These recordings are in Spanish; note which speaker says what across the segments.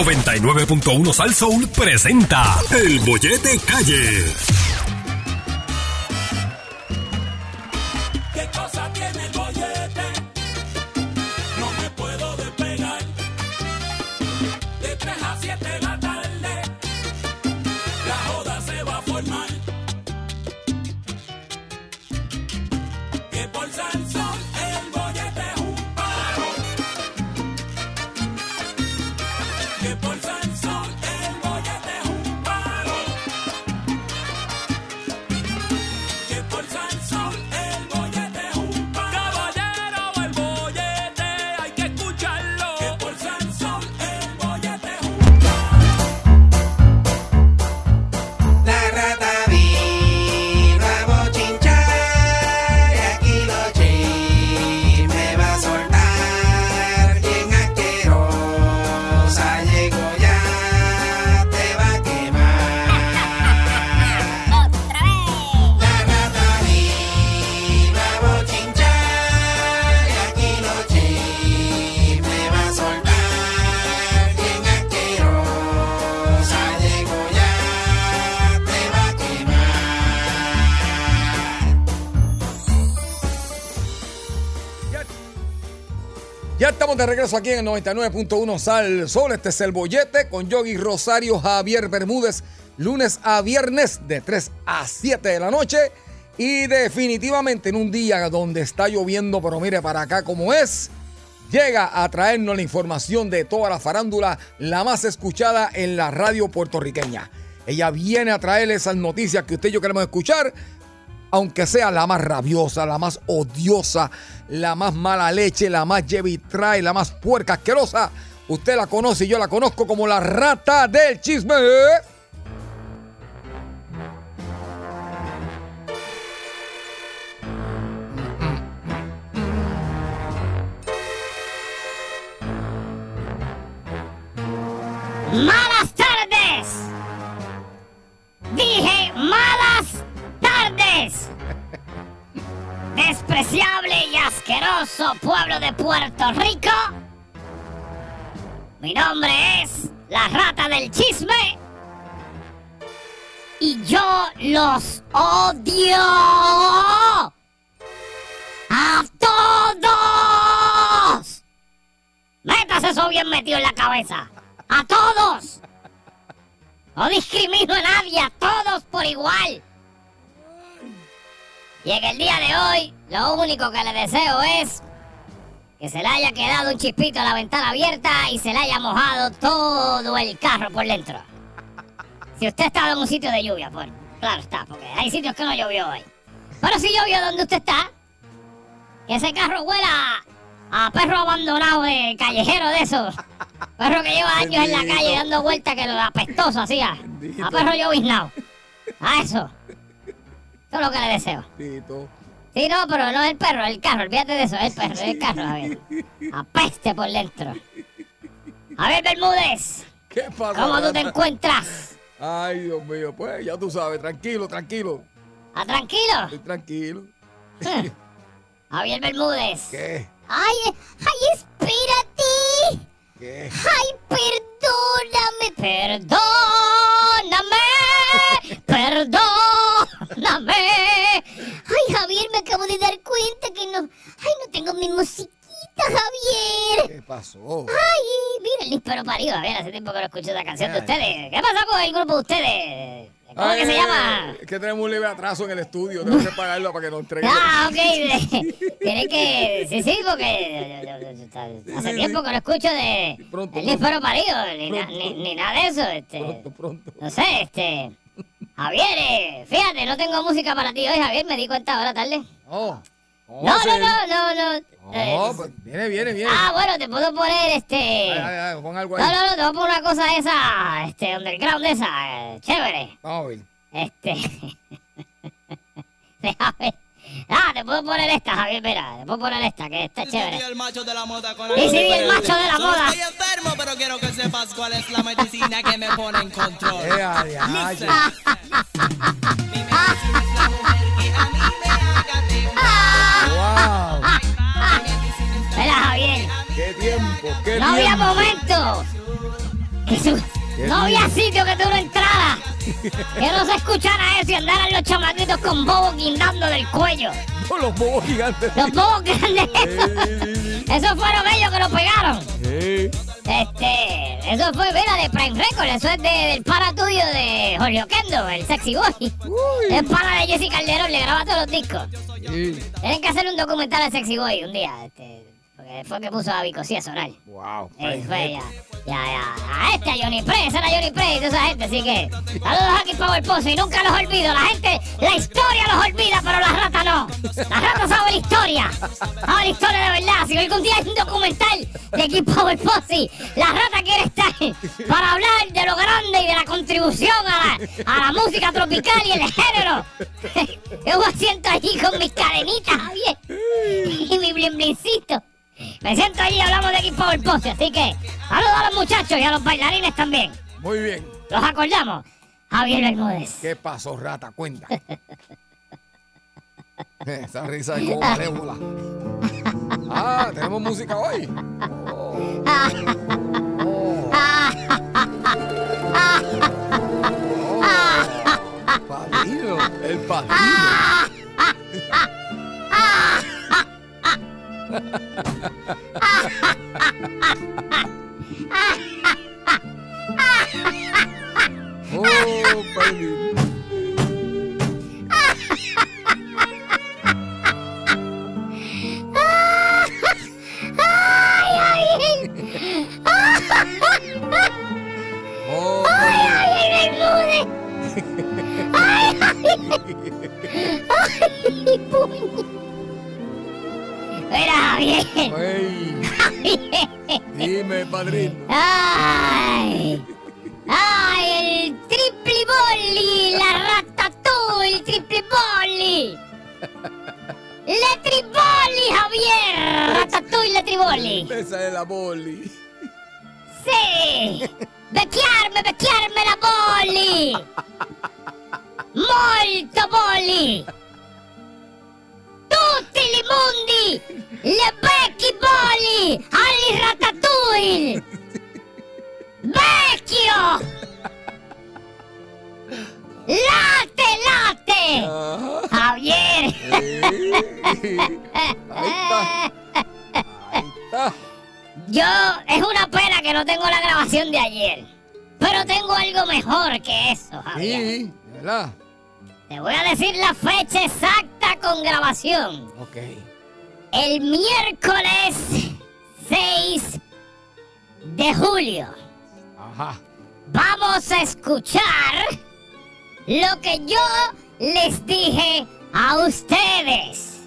Speaker 1: 99.1 Sal Soul presenta El Bollete Calle.
Speaker 2: ¿Qué cosa tiene el bollete? No me puedo despegar. De 3 a 7 de la tarde, la joda se va a formar. Que por Sal Sol el bollete es un paro. Que por Sal Sol el bollete es un paro. Que por Sal Sol el bollete es un paro. Caballero, el bollete hay que escucharlo. Que por Sal Sol el bollete es un
Speaker 3: La rata vino a bochinchar y aquí los chismes va a soltar. Bien asquerosa llegó ya, te va a quemar. La rata vino a bochinchar y aquí los chismes va a soltar. Bien asquerosa llegó ya, te va a quemar.
Speaker 4: Ya estamos de regreso aquí en el 99.1 Sal Sol. Este es el bollete con Yogi Rosario Javier Bermúdez, lunes a viernes de 3 a 7 de la noche. Y definitivamente en un día donde está lloviendo, pero mire para acá como es, llega a traernos la información de toda la farándula, la más escuchada en la radio puertorriqueña. Ella viene a traer esas noticias que usted y yo queremos escuchar, aunque sea la más rabiosa, la más odiosa, la más mala leche, la más llevitrae, la más puerca asquerosa, usted la conoce y yo la conozco como la rata del chisme.
Speaker 5: Malas tardes. Dije malas tardes. Despreciable y asqueroso pueblo de Puerto Rico. Mi nombre es la rata del chisme. Y yo los odio. A todos. Métase eso bien metido en la cabeza. ¡A todos! No discrimino a nadie, a todos por igual. Y en el día de hoy, lo único que le deseo es que se le haya quedado un chispito a la ventana abierta y se le haya mojado todo el carro por dentro. Si usted estaba en un sitio de lluvia, pues claro está, porque hay sitios que no llovió hoy. Pero si llovió donde usted está, que ese carro huela a perro abandonado de callejero de esos. Perro que lleva años en la
Speaker 4: Bendito.
Speaker 5: calle dando vueltas que lo apestoso hacía. A perro lloviznado. A eso. Eso es lo que le deseo. Sí, no, pero no el perro, el carro, olvídate de eso, el perro, el carro, Javier. Apeste por dentro. Javier Bermúdez,
Speaker 4: ¿Qué pasa?
Speaker 5: ¿cómo tú te
Speaker 4: rata?
Speaker 5: encuentras?
Speaker 4: Ay, Dios mío, pues ya tú sabes, tranquilo, tranquilo,
Speaker 5: ¿Ah, tranquilo? Ah,
Speaker 4: estoy tranquilo.
Speaker 5: Javier Bermúdez.
Speaker 4: ¿Qué?
Speaker 5: Ay, eh, ay, espérate.
Speaker 4: ¿Qué?
Speaker 5: Ay, perdóname, perdóname, perdóname. Ay, Javier, me acabo de dar cuenta que no. Ay, no tengo mi musiquita, Javier.
Speaker 4: ¿Qué pasó?
Speaker 5: Ay, mira el disparo parido, Javier. Hace tiempo que no escucho esa canción de ustedes. ¿Qué pasa con el grupo de ustedes? ¿Cómo
Speaker 4: Ay,
Speaker 5: que se llama?
Speaker 4: Es que tenemos un leve atraso en el estudio, tengo que pagarlo para que nos entreguen.
Speaker 5: Ah, ok. Tienen que. Sí, eh, sí, porque. Hace tiempo que no escucho de.
Speaker 4: Pronto,
Speaker 5: El
Speaker 4: pronto.
Speaker 5: disparo parido, ni, na- ni- ni nada de eso. Este.
Speaker 4: Pronto, pronto.
Speaker 5: No sé, este. Javier, eh, fíjate, no tengo música para ti hoy, Javier, me di cuenta ahora tarde.
Speaker 4: No,
Speaker 5: No, no, no, no, no. eh,
Speaker 4: No, pues, viene, viene, viene.
Speaker 5: ah, bueno, te puedo poner
Speaker 4: Ay,
Speaker 5: este.
Speaker 4: ay, ay, pon algo ahí.
Speaker 5: No, no, no, te voy a poner una cosa esa, este, underground esa, eh, chévere.
Speaker 4: Vamos a ver.
Speaker 5: Este. Déjame. Ah, te puedo poner esta, Javier, mira, te puedo poner esta, que está
Speaker 6: Yo
Speaker 5: chévere.
Speaker 6: soy el macho de la moda con
Speaker 5: Y sí, el macho de la
Speaker 6: Solo
Speaker 5: moda.
Speaker 6: Estoy enfermo, pero quiero que sepas cuál es la medicina que me pone en control.
Speaker 4: Eh, ay, ay,
Speaker 6: Listen.
Speaker 4: ay.
Speaker 6: Mi medicina es la mujer que a mí me haga temblar.
Speaker 4: Wow.
Speaker 6: Mi medicina es la
Speaker 5: Mira, Javier,
Speaker 4: ¡Qué tiempo! ¡Qué
Speaker 5: Ah, no había
Speaker 4: tiempo!
Speaker 5: momento Que su- No había sitio que tú no entraras. Que no se escuchara eso y andaran los chamaquitos con bobos guindando del cuello.
Speaker 4: Con los bobos gigantes.
Speaker 5: Los bobos grandes. Esos fueron ellos que lo pegaron.
Speaker 4: Sí.
Speaker 5: Este, eso fue, mira, de Prime Record, eso es de- del para tuyo de Jorge Oquendo, el sexy boy. Es para de Jesse Calderón, le graba todos los discos.
Speaker 4: Sí.
Speaker 5: Tienen que hacer un documental de Sexy Boy un día, este, porque fue que puso a Vicosí a sonar.
Speaker 4: Wow.
Speaker 5: Eh, fue ya, ya, ya, a este, a Johnny Prey, ese era Johnny Prey y toda esa gente, así que saludos aquí Power Pozo y nunca los olvido, la gente, la historia los olvida, pero las ratas no. Las ratas saben la historia, saben la historia de verdad, si algún día hay un documental de aquí Power Posse, la rata quiere estar para hablar de lo grande y de la contribución a la, a la música tropical y el género. Yo me siento allí con mis cadenitas, Javier, y mi blin blincito. Me siento allí y hablamos de equipo del poste, así que saludos a los muchachos y a los bailarines también.
Speaker 4: Muy bien.
Speaker 5: Los acordamos. Javier Bermúdez.
Speaker 4: ¿Qué pasó, rata? Cuenta. Esa risa de como malévola. Ah, tenemos música hoy. Oh. Oh. Padrino, el padrino. Oh, padrino.
Speaker 5: ¡Ay, Javier!
Speaker 4: Oh, padrino.
Speaker 5: ¡Javier Bermúdez! ¡Ay, Javier! ¡Ay, puño! Mira, Javier.
Speaker 4: Ey, dime, padrino.
Speaker 5: ¡Ay! Ah, ¡Ay, el triple boli! ¡La ratatouille, el triple boli! ¡La triboli, Javier! ¡Ratatouille, la triboli!
Speaker 4: Esa es la boli.
Speaker 5: ¡Sí! ¡Becchiarme, becchiarme la boli! ¡Molto boli! ¡Tutti li mundi! ¡Le becchi boli! ¡Alli ratatouille! ¡Vecchio! ¡Late, late!
Speaker 4: Ajá.
Speaker 5: ¡Javier!
Speaker 4: Ahí está. Ahí está.
Speaker 5: Yo, es una pena que no tengo la grabación de ayer. Pero tengo algo mejor que eso, Javier.
Speaker 4: Sí, de ¿verdad?
Speaker 5: Te voy a decir la fecha exacta con grabación.
Speaker 4: Ok.
Speaker 5: El miércoles 6 de julio.
Speaker 4: Ajá.
Speaker 5: Vamos a escuchar lo que yo les dije a ustedes.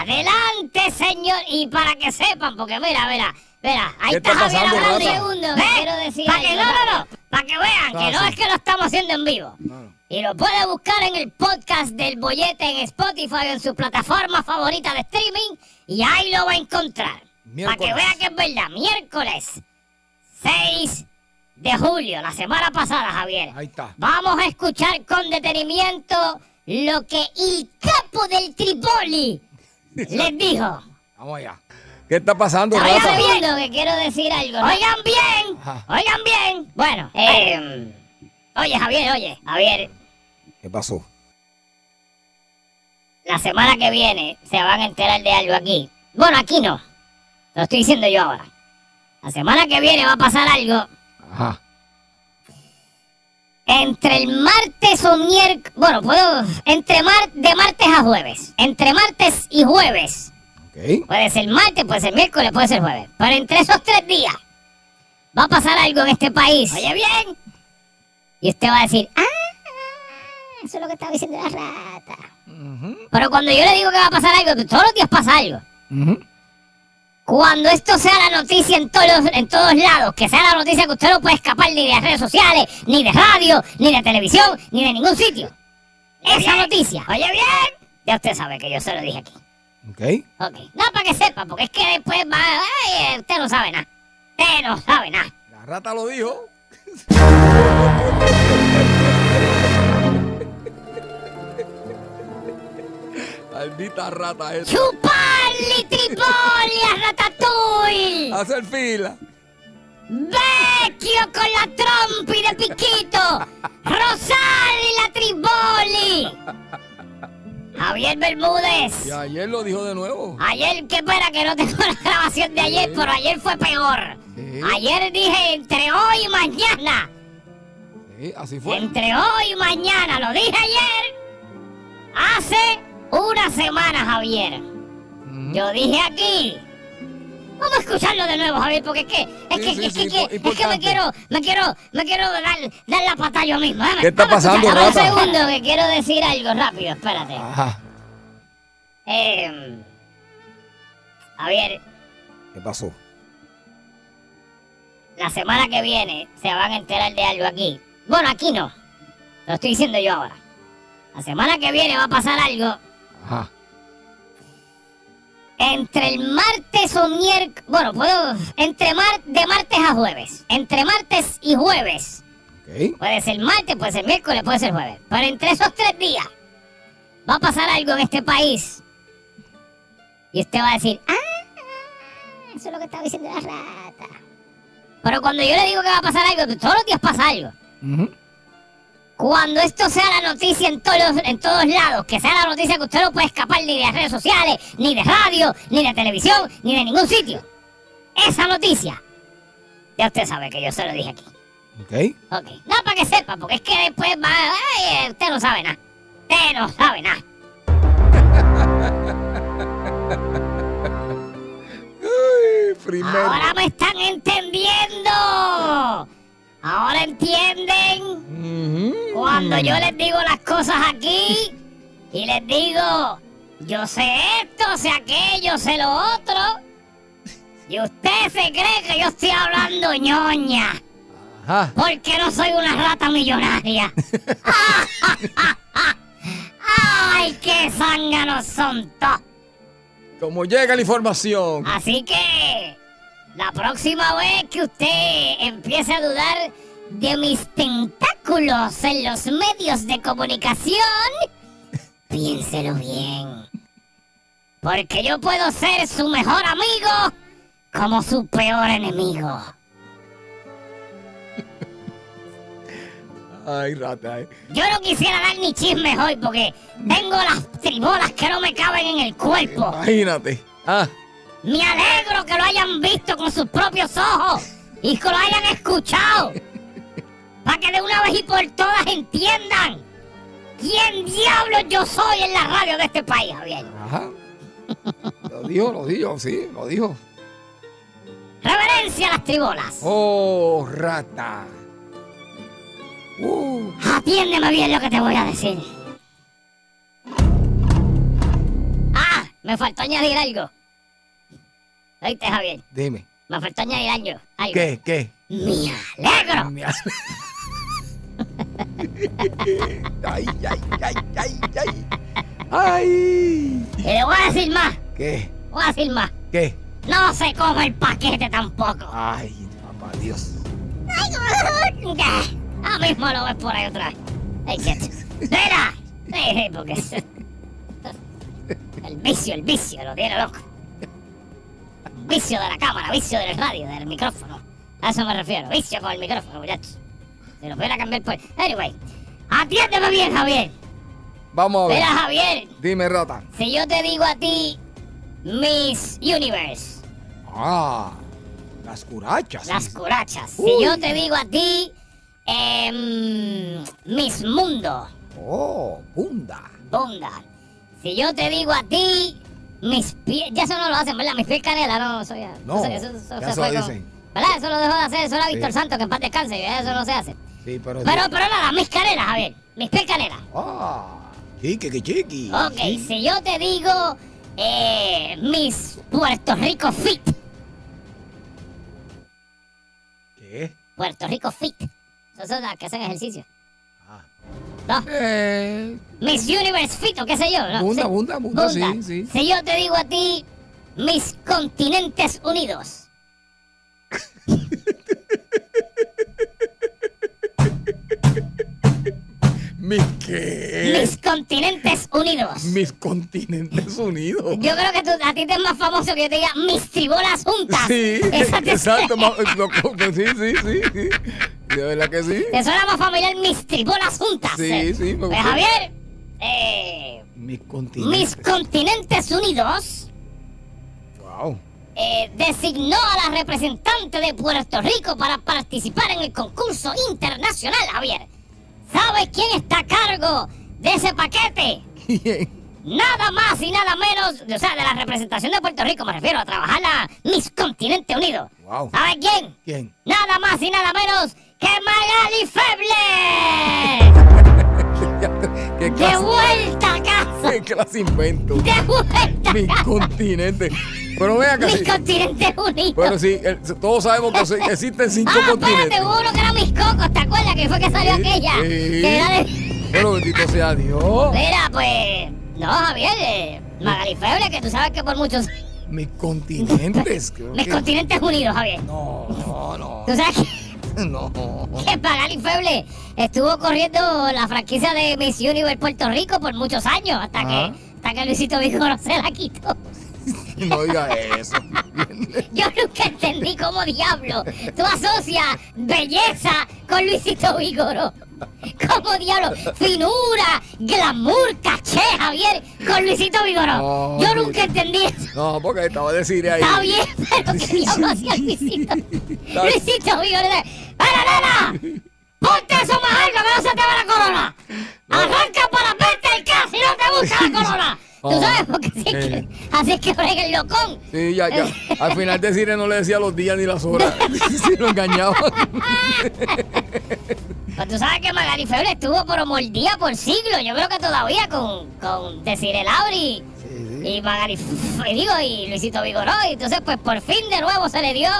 Speaker 5: Adelante, señor. Y para que sepan, porque mira, mira, mira, ahí
Speaker 4: ¿Qué
Speaker 5: está,
Speaker 7: Ah,
Speaker 4: está
Speaker 5: Javier
Speaker 4: pasando,
Speaker 5: hablando.
Speaker 4: Rafa?
Speaker 5: Ve,
Speaker 6: quiero decir
Speaker 5: para ¿Eh? que
Speaker 6: algo
Speaker 5: no, no, no,
Speaker 6: rápido.
Speaker 5: para que vean que no
Speaker 4: Ah, sí.
Speaker 5: es que lo estamos haciendo en vivo.
Speaker 4: Bueno,
Speaker 5: Y lo puede buscar en el podcast del bollete en Spotify o en su plataforma favorita de streaming y ahí lo va a encontrar. Para que
Speaker 4: Miércoles.
Speaker 5: vea que es verdad, miércoles 6 de julio, la semana pasada, Javier.
Speaker 4: ahí está.
Speaker 5: Vamos a escuchar con detenimiento lo que el capo del Tripoli les dijo.
Speaker 4: Vamos allá. ¿Qué está pasando,
Speaker 5: Oigan
Speaker 4: Rafa?
Speaker 5: bien,
Speaker 6: que quiero decir algo. ¿no?
Speaker 5: oigan bien,
Speaker 4: Ajá.
Speaker 5: oigan bien. Bueno, eh, oye, Javier, oye, Javier.
Speaker 4: ¿Qué pasó?
Speaker 5: la semana que viene se van a enterar de algo aquí. Bueno, aquí no. Lo estoy diciendo yo ahora. La semana que viene va a pasar algo
Speaker 4: Ajá.
Speaker 5: entre el martes o miércoles. Bueno, puedo. Entre mar de martes a jueves. Entre martes y jueves.
Speaker 4: Ok.
Speaker 5: Puede ser martes, puede ser miércoles, puede ser jueves. Pero entre esos tres días va a pasar algo en este país. Oye bien. Y usted va a decir, ah, eso es lo que estaba diciendo la rata. Pero cuando yo le digo que va a pasar algo, todos los días pasa algo.
Speaker 4: Ujú.
Speaker 5: Cuando esto sea la noticia en todos, en todos lados, que sea la noticia que usted no puede escapar ni de las redes sociales, ni de radio, ni de televisión, ni de ningún sitio. Esa noticia. Oye bien. Ya usted sabe que yo se lo dije aquí.
Speaker 4: Ok.
Speaker 5: Ok. No, para que sepa, porque es que después va... ay, eh, usted no sabe nada. Usted no sabe nada.
Speaker 4: La rata lo dijo. Maldita rata esta.
Speaker 5: Chuparli, tripoli, a ratatouille.
Speaker 4: Hacer fila.
Speaker 5: Vecchio con la Yadier Bermúdez.
Speaker 4: Y ayer lo dijo de nuevo.
Speaker 5: Ayer, qué pena que no tengo la grabación de ayer, pero ayer fue peor.
Speaker 4: Sí.
Speaker 5: Ayer dije entre hoy y mañana.
Speaker 4: Sí, así fue.
Speaker 5: Entre hoy y mañana, lo dije ayer. Hace una semana, Javier. Yo dije aquí. Vamos a escucharlo de nuevo, Javier, porque es que, es
Speaker 4: Sí,
Speaker 5: que,
Speaker 4: sí,
Speaker 5: es que,
Speaker 4: sí,
Speaker 5: es que- es que me
Speaker 4: importante.
Speaker 5: quiero, me quiero, me quiero dar, dar la pata yo misma. Dame-
Speaker 4: ¿Qué está
Speaker 5: dame a escuchar,
Speaker 4: pasando,
Speaker 5: dame
Speaker 4: rata?
Speaker 5: un segundo que quiero decir algo rápido, espérate.
Speaker 4: Ajá.
Speaker 5: Eh, Javier,
Speaker 4: ¿Qué pasó?
Speaker 5: la semana que viene se van a enterar de algo aquí. Bueno, aquí no. Lo estoy diciendo yo ahora. La semana que viene va a pasar algo
Speaker 4: Ajá.
Speaker 5: entre el martes o miércoles. Bueno, puedo. Entre mar de martes a jueves. Entre martes y jueves.
Speaker 4: Ok.
Speaker 5: Puede ser martes, puede ser miércoles, puede ser jueves. Pero entre esos tres días va a pasar algo en este país. Y usted va a decir, ah, eso es lo que estaba diciendo la rata. Pero cuando yo le digo que va a pasar algo, todos los días pasa algo.
Speaker 4: Ujú.
Speaker 5: Cuando esto sea la noticia en todos, los- en todos lados, que sea la noticia que usted no puede escapar ni de las redes sociales, ni de radio, ni de televisión, ni de ningún sitio. Esa noticia. Ya usted sabe que yo se lo dije aquí.
Speaker 4: Ok.
Speaker 5: Ok. No, para que sepa, porque es que después va. Ay, eh, usted no sabe nada. Usted no sabe nada.
Speaker 4: Ay, primero.
Speaker 5: Ahora me están entendiendo. Ahora entienden.
Speaker 4: Ujú.
Speaker 5: Cuando yo les digo las cosas aquí y les digo, yo sé esto, sé aquello, sé lo otro, y usted se cree que yo estoy hablando ñoña,
Speaker 4: Ajá.
Speaker 5: porque no soy una rata millonaria. ¡Ay, qué zánganos son todos!
Speaker 4: Como llega la información.
Speaker 5: Así que la próxima vez que usted empiece a dudar de mis tentáculos en los medios de comunicación, piénselo bien. Porque yo puedo ser su mejor amigo como su peor enemigo.
Speaker 4: Ay, rata. eh.
Speaker 5: Yo no quisiera dar ni chismes hoy porque tengo las tribolas que no me caben en el cuerpo.
Speaker 4: Imagínate. Ah.
Speaker 5: Me alegro que lo hayan visto con sus propios ojos y que lo hayan escuchado. Para que de una vez y por todas entiendan quién diablo yo soy en la radio de este país, Javier.
Speaker 4: Ajá. Lo dijo, lo dijo, sí, lo dijo.
Speaker 5: Reverencia a las tribolas.
Speaker 4: Oh, rata. Uh,
Speaker 5: Atiéndeme bien lo que te voy a decir. Ah, me faltó añadir algo. Oíste, Javier,
Speaker 4: dime.
Speaker 5: me faltó añadir algo. algo.
Speaker 4: ¿Qué? ¿Qué?
Speaker 5: Me alegro
Speaker 4: Me hace- ay, ay, ay, ay, ay. Ay.
Speaker 5: y le voy a decir más.
Speaker 4: ¿Qué?
Speaker 5: Voy a decir más.
Speaker 4: ¿Qué?
Speaker 5: No se come el paquete tampoco.
Speaker 4: Ay, papá Dios.
Speaker 5: Ah, mismo lo ves por ahí otra vez. Ay, quieto. ¡Mira! Sí, sí, porque es- El vicio, el vicio, lo tiene loco. Vicio de la cámara, vicio del radio, del micrófono. A eso me refiero, vicio con el micrófono, muchachos. Se lo voy a cambiar pues. Anyway, atiéndeme bien, Javier.
Speaker 4: Vamos a ver.
Speaker 5: Mira, Javier,
Speaker 4: Dime, rata.
Speaker 5: si yo te digo a ti Miss Universe,
Speaker 4: Ah, las curachas.
Speaker 5: Las curachas. Si
Speaker 4: Uy.
Speaker 5: yo te digo a ti, em, Miss Mundo,
Speaker 4: Oh, bunda.
Speaker 5: Bunda. Si yo te digo a ti, mis pies. Ya eso no lo hacen, ¿verdad? Mis pies canela, no, eso ya.
Speaker 4: No,
Speaker 5: eso,
Speaker 4: ya eso lo dicen.
Speaker 5: ¿Verdad? Eso lo dejó de hacer, eso era Víctor
Speaker 4: Sí.
Speaker 5: Santos, que en paz descanse, ya eso no se hace.
Speaker 4: Sí, pero.
Speaker 5: Pero, pero nada, mis canelas, Javier. Mis pies canela.
Speaker 4: Ah, chiqui, que chiqui.
Speaker 5: Ok, si yo te digo, eh, Miss Puerto Rico Fit.
Speaker 4: ¿Qué?
Speaker 5: Puerto Rico Fit. Esas son las que hacen ejercicio.
Speaker 4: Ah.
Speaker 5: No.
Speaker 4: Eh,
Speaker 5: Miss Universe Fito, qué sé yo. ¿no?
Speaker 4: Bunda,
Speaker 5: Sí.
Speaker 4: bunda, bunda, sí, sí.
Speaker 5: Si yo te digo a ti, mis continentes unidos.
Speaker 4: ¿Mis qué?
Speaker 5: Mis continentes unidos.
Speaker 4: Mis continentes unidos.
Speaker 5: Yo creo que tú- a ti te es más famoso que yo te diga mis tribolas juntas.
Speaker 4: Sí,
Speaker 5: ah, Esa te,
Speaker 4: exacto. ma- lo- lo- sí, sí, sí, sí. De verdad que sí.
Speaker 5: te suena más familiar mis tribolas juntas.
Speaker 4: Sí,
Speaker 5: eh.
Speaker 4: sí, me
Speaker 5: Pues,
Speaker 4: gusta.
Speaker 5: Javier, eh,
Speaker 4: Mis
Speaker 5: Mis
Speaker 4: continentes.
Speaker 5: Continentes Unidos
Speaker 4: Wow.
Speaker 5: eh, designó a la representante de Puerto Rico para participar en el concurso internacional, Javier. ¿Sabes quién está a cargo de ese paquete? Nada más y nada menos, o sea, de la representación de Puerto Rico, me refiero a trabajar la Miss Continente Unido.
Speaker 4: Wow.
Speaker 5: ¿Sabes quién?
Speaker 4: ¿Quién?
Speaker 5: Nada más y nada menos que Magali Feble.
Speaker 4: ¿Qué
Speaker 5: ¡De
Speaker 4: clase,
Speaker 5: vuelta a casa!
Speaker 4: qué clase invento?
Speaker 5: ¡De vuelta
Speaker 4: Mis
Speaker 5: a casa!
Speaker 4: continentes. Pero vean que
Speaker 5: Mis
Speaker 4: sí.
Speaker 5: Continentes Unidos.
Speaker 4: Bueno, sí, el- todos sabemos que sí- existen cinco
Speaker 5: ah, espérate,
Speaker 4: continentes.
Speaker 5: hubo uno que era Mis Cocos, ¿te acuerdas? Que fue que salió
Speaker 4: Sí, ¿Oh?
Speaker 5: aquella.
Speaker 4: sí.
Speaker 5: Que era de...
Speaker 4: Bueno, bendito sea Dios.
Speaker 5: Mira, pues... No, Javier, eh, Magali Feble, que tú sabes que por muchos...
Speaker 4: Mis continentes. creo
Speaker 5: Mis
Speaker 4: que-
Speaker 5: Continentes Unidos, Javier.
Speaker 4: No, no, no.
Speaker 5: Tú sabes que...
Speaker 4: No.
Speaker 5: Que Magali Feble estuvo corriendo la franquicia de Miss Universe Puerto Rico por muchos años hasta
Speaker 4: Ajá.
Speaker 5: que hasta que Luisito Vigoró se la quitó.
Speaker 4: No diga eso.
Speaker 5: Yo nunca entendí cómo diablo tú asocias belleza con Luisito Vigoró. ¿Cómo diablo? Finura, glamour, caché, Javier, con Luisito Vigoró.
Speaker 4: No,
Speaker 5: Yo
Speaker 4: mira.
Speaker 5: nunca entendí eso.
Speaker 4: No, porque estaba a decir ahí.
Speaker 5: Está bien, pero ¿qué diablo hacía Luisito? Luisito Vigoró. ¡Para, nena! ¡Ponte eso más alto que no se te ve la corona! ¡Arranca para verte el cas si no te gusta la corona!
Speaker 4: Oh.
Speaker 5: ¿Tú sabes? Porque así es que, así es que brega el locón.
Speaker 4: Sí, ya, ya. Al final de cine no le decía los días ni las horas. Si lo engañaba.
Speaker 5: Pero tú sabes que Magali Febre estuvo pero mordida por siglos. Yo creo que todavía con, con Desiree Lauri y Magali F- y digo, y Luisito Vigoró. Y entonces, pues por fin de nuevo se le dio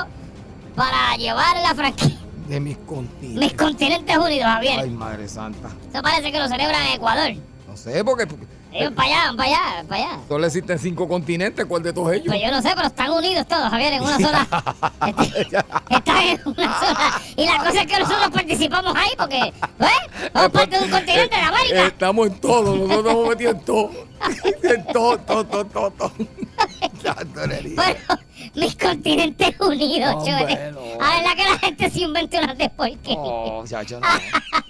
Speaker 5: para llevar la franquicia.
Speaker 4: De mis continentes.
Speaker 5: Mis continentes unidos,
Speaker 4: Ay,
Speaker 5: Javier.
Speaker 4: madre santa.
Speaker 5: Eso parece que lo celebran en Ecuador.
Speaker 4: No sé, porque porque
Speaker 5: Ellos para allá, van para allá, van para allá.
Speaker 4: solo existen cinco continentes. ¿Cuál de todos ellos?
Speaker 5: Pues yo no sé, pero están unidos todos, Javier, en una sola. Este- están en una sola. Y la cosa es que nosotros participamos ahí porque, ¿eh? Somos parte de un continente de América.
Speaker 4: Estamos en todo. Nosotros nos hemos metido en todo. En todo, todo, todo, todo. todo. Ya, torería.
Speaker 5: Bueno, mis continentes unidos,
Speaker 4: Hombre,
Speaker 5: chévere.
Speaker 4: no.
Speaker 5: A ver, que la gente se inventa unas de porquería.
Speaker 4: No, chacho,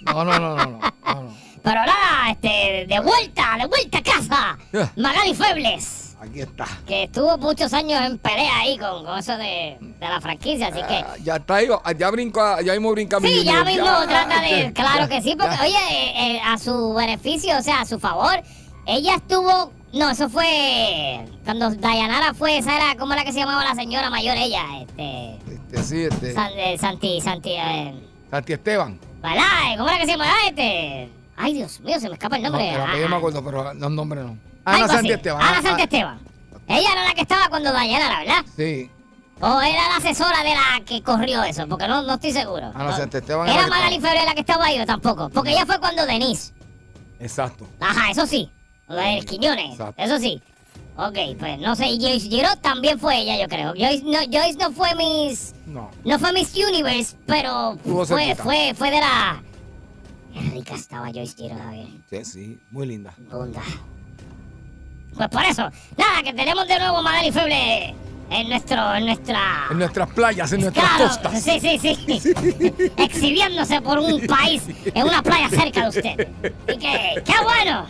Speaker 4: no. No, no, no, no. no, no.
Speaker 5: Pero nada, este, de vuelta, de vuelta a casa.
Speaker 4: Ya.
Speaker 5: Magali Febles,
Speaker 4: Aquí está.
Speaker 5: que estuvo muchos años en pelea ahí con, con eso de, de la franquicia, así que.
Speaker 4: Ah, Ya está ahí, ya brinca, ya mismo brinca mi
Speaker 5: Sí, ya
Speaker 4: junior,
Speaker 5: mismo trata de.
Speaker 4: ya,
Speaker 5: Claro
Speaker 4: ya,
Speaker 5: que sí, porque,
Speaker 4: ya.
Speaker 5: oye, eh, eh, a su beneficio, o sea, a su favor, ella estuvo. No, eso fue. Cuando Dayanara fue, esa era, ¿cómo era que se llamaba la señora mayor ella? Este.
Speaker 4: Este, sí, este.
Speaker 5: San- eh, Santi, Santi. eh,
Speaker 4: Santi Esteban.
Speaker 5: ¿Verdad? ¿Cómo era que se llamaba este? Ay, Dios mío, se me escapa el
Speaker 4: No,
Speaker 5: nombre.
Speaker 4: el
Speaker 5: Ah,
Speaker 4: apellido me acuerdo, pero no el nombre no.
Speaker 5: algo
Speaker 4: Ana
Speaker 5: así.
Speaker 4: Santi Esteban.
Speaker 5: pues Ana
Speaker 4: ah,
Speaker 5: Santi
Speaker 4: ah,
Speaker 5: Esteban. Ella era la que estaba cuando Dayanara, ¿verdad?
Speaker 4: Sí.
Speaker 5: O era la asesora de la que corrió eso, porque no, no estoy seguro.
Speaker 4: Ana
Speaker 5: No.
Speaker 4: Santi Esteban era
Speaker 5: Era
Speaker 4: la que
Speaker 5: Magali Febre la que estaba ahí o tampoco, porque ella fue cuando Denise.
Speaker 4: Exacto.
Speaker 5: Ajá, eso sí. O la del Quiñones,
Speaker 4: Exacto.
Speaker 5: eso sí. Ok, pues no sé, y Joyce Giraud también fue ella, yo creo. Joyce no, Joyce no fue Miss...
Speaker 4: No.
Speaker 5: No fue Miss Universe, pero
Speaker 4: Estuvo
Speaker 5: fue,
Speaker 4: cerquita.
Speaker 5: fue, fue de la... Qué rica estaba Joyce Giraud, Javier.
Speaker 4: Sí, sí. Muy linda.
Speaker 5: Bunda. Pues por eso, nada, que tenemos de nuevo Magali Feble en nuestro, en nuestra...
Speaker 4: En nuestras playas, en nuestras costas.
Speaker 5: sí, sí, sí. Exhibiéndose por un país en una playa cerca de usted. Así que, qué bueno.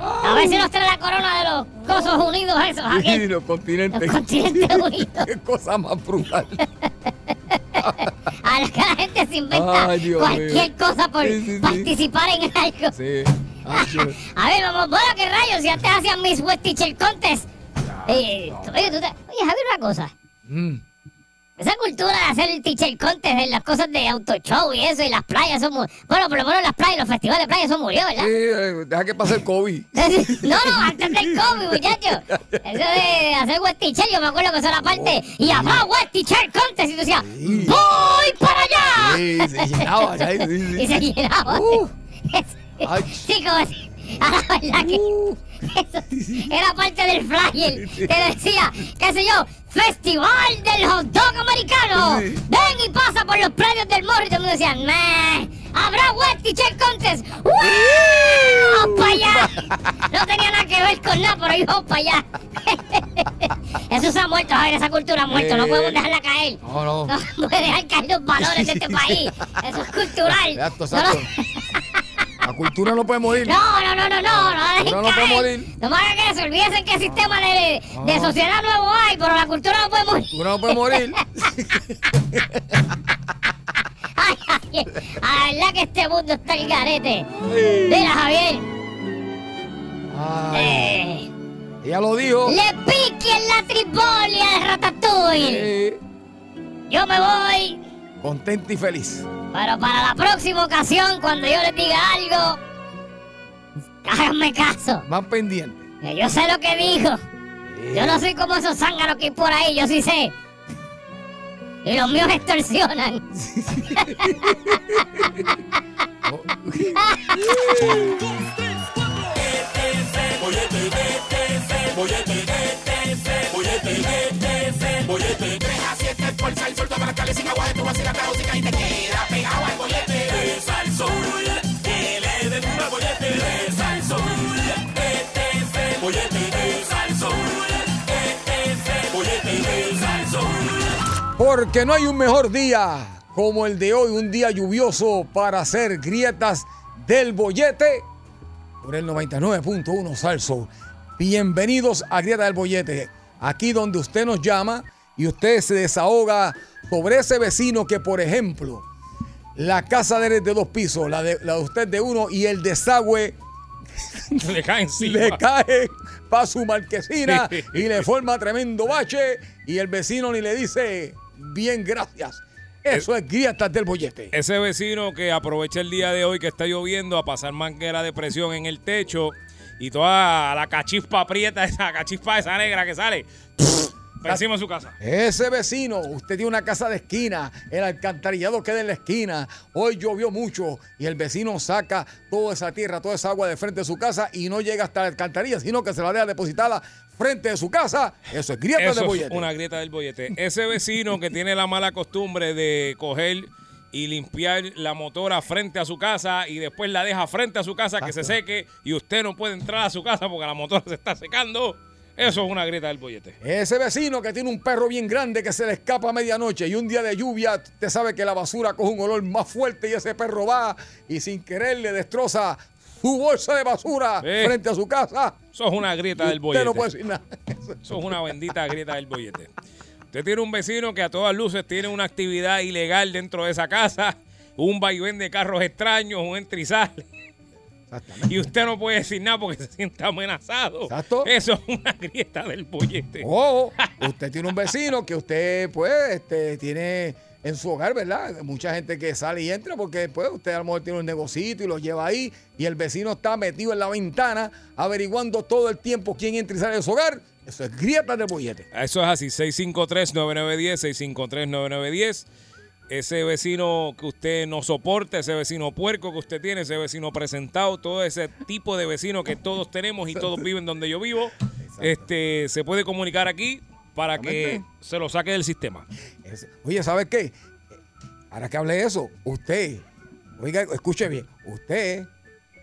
Speaker 5: A ver si nos trae la corona de los Cosos Unidos esos
Speaker 4: Y
Speaker 5: aquí.
Speaker 4: los
Speaker 5: Los
Speaker 4: continentes.
Speaker 5: continentes unidos.
Speaker 4: Qué cosa más brutal.
Speaker 5: A la que la gente se inventa
Speaker 4: Ay, Dios
Speaker 5: cualquier
Speaker 4: mío.
Speaker 5: cosa por
Speaker 4: Sí, sí, sí.
Speaker 5: participar en algo.
Speaker 4: Sí. Ah, yo-
Speaker 5: A ver, vamos, bueno, qué rayos, si antes hacían Miss West Teacher Contest. Eh, oye, tú te- oye, Javier, una cosa.
Speaker 4: Mm.
Speaker 5: Esa cultura de hacer el teacher contest en las cosas de auto show y eso, y las playas son mu- Bueno, por lo menos las playas, los festivales de playas son murió,
Speaker 4: Sí,
Speaker 5: ¿verdad?
Speaker 4: eh, deja que pase el COVID.
Speaker 5: No, no, antes del COVID, muchachos. Eso de hacer West Teacher, yo me acuerdo que eso era parte. Y habrá West Teacher Contest. Y tú decías,
Speaker 4: Oh. Sí.
Speaker 5: ¡Voy para allá!
Speaker 4: Sí, se llenaba. ya, sí, sí.
Speaker 5: Y se llenaba.
Speaker 4: Uh. Ay.
Speaker 5: Sí, como si- A la verdad que.
Speaker 4: Uh.
Speaker 5: Eso era parte del flyer. Te decía, qué sé yo, Festival del Hot Dog Americano.
Speaker 4: Sí.
Speaker 5: Ven y pasa por los predios del morro. Y todo el mundo decía, "Meh, habrá West Teacher Contest. ¡Wow! ¡Para allá! No tenía nada que ver con nada, pero íbamos para allá. Eso se ha muerto, Javier, esa cultura ha muerto. No
Speaker 4: Eh. Oh.
Speaker 5: podemos dejarla caer.
Speaker 4: No,
Speaker 5: No
Speaker 4: no.
Speaker 5: podemos dejar caer los valores de este país. Eso es cultural.
Speaker 4: Exacto,
Speaker 5: No lo-
Speaker 4: exacto. La cultura no puede morir.
Speaker 5: No, no, no, no, no, no la
Speaker 4: Cultura
Speaker 5: dejen
Speaker 4: no puede
Speaker 5: caer.
Speaker 4: morir.
Speaker 5: No me hagan eso, olvídense que el sistema de, de
Speaker 4: No.
Speaker 5: sociedad nuevo hay, pero la cultura no puede morir.
Speaker 4: Cultura no puede morir.
Speaker 5: Ay, Javier, la verdad que este mundo está el garete. Mira, Javier,
Speaker 4: Ay,
Speaker 5: eh,
Speaker 4: ella lo dijo.
Speaker 5: le pique en la tribolia de Ratatouille.
Speaker 4: Sí.
Speaker 5: Yo me voy,
Speaker 4: Contenta y feliz.
Speaker 5: pero para la próxima ocasión, cuando yo les diga algo, háganme caso.
Speaker 4: Más pendiente.
Speaker 5: que Yo sé lo que dijo. Yo no soy como esos zánganos que hay por ahí, yo sí sé. Y los míos extorsionan.
Speaker 4: Porque no hay un mejor día como el de hoy, un día lluvioso para hacer grietas del bollete por el 99.1 Salso. Bienvenidos a Grietas del Bollete, aquí donde usted nos llama y usted se desahoga sobre ese vecino que, por ejemplo, la casa de él es de dos pisos, la de, la de usted de uno y el desagüe
Speaker 8: Le cae encima.
Speaker 4: le cae para su marquesina y le forma tremendo bache y el vecino ni le dice bien gracias. Eso es grietas del bollete.
Speaker 8: Ese vecino que aprovecha el día de hoy que está lloviendo a pasar manguera de presión en el techo y toda la cachispa aprieta, esa cachispa esa negra que sale por encima de su casa.
Speaker 4: Ese vecino, usted tiene una casa de esquina, el alcantarillado queda en la esquina, hoy llovió mucho y el vecino saca toda esa tierra, toda esa agua de frente de su casa y no llega hasta la alcantarilla, sino que se la deja depositada frente de su casa. Eso es grietas del
Speaker 8: Eso es
Speaker 4: bollete.
Speaker 8: una grieta del bollete. Ese vecino que tiene la mala costumbre de coger y limpiar la motora frente a su casa y después la deja frente a su casa que se seque y usted no puede entrar a su casa porque la motora se está secando. Eso es una grieta del bollete.
Speaker 4: Ese vecino que tiene un perro bien grande que se le escapa a medianoche y un día de lluvia, te sabe que la basura coge un olor más fuerte y ese perro va y sin querer le destroza su bolsa de basura
Speaker 8: Eh.
Speaker 4: frente a su casa.
Speaker 8: Eso es una grieta
Speaker 4: Y
Speaker 8: del
Speaker 4: usted
Speaker 8: bollete.
Speaker 4: no puede decir nada.
Speaker 8: Eso es una bendita grieta del bollete. Usted tiene un vecino que a todas luces tiene una actividad ilegal dentro de esa casa, un vaivén de carros extraños, un entrizal. Y usted no puede decir nada porque se siente amenazado.
Speaker 4: Exacto.
Speaker 8: Eso es una grieta del bollete.
Speaker 4: O usted tiene un vecino que usted, pues, este, tiene en su hogar, ¿verdad? Mucha gente que sale y entra porque, pues, usted a lo mejor tiene un negocito y lo lleva ahí y el vecino está metido en la ventana averiguando todo el tiempo quién entra y sale de su hogar. Eso es grietas del bollete.
Speaker 8: Eso es así, 653-9910, 653-9910. Ese vecino que usted no soporta, ese vecino puerco que usted tiene, ese vecino presentado, todo ese tipo de vecino que todos tenemos y todos viven donde yo vivo, este, se puede comunicar aquí para que se lo saque del sistema.
Speaker 4: Es- oye, ¿sabes qué? Ahora que hablé de eso, usted, oiga, escuche bien, usted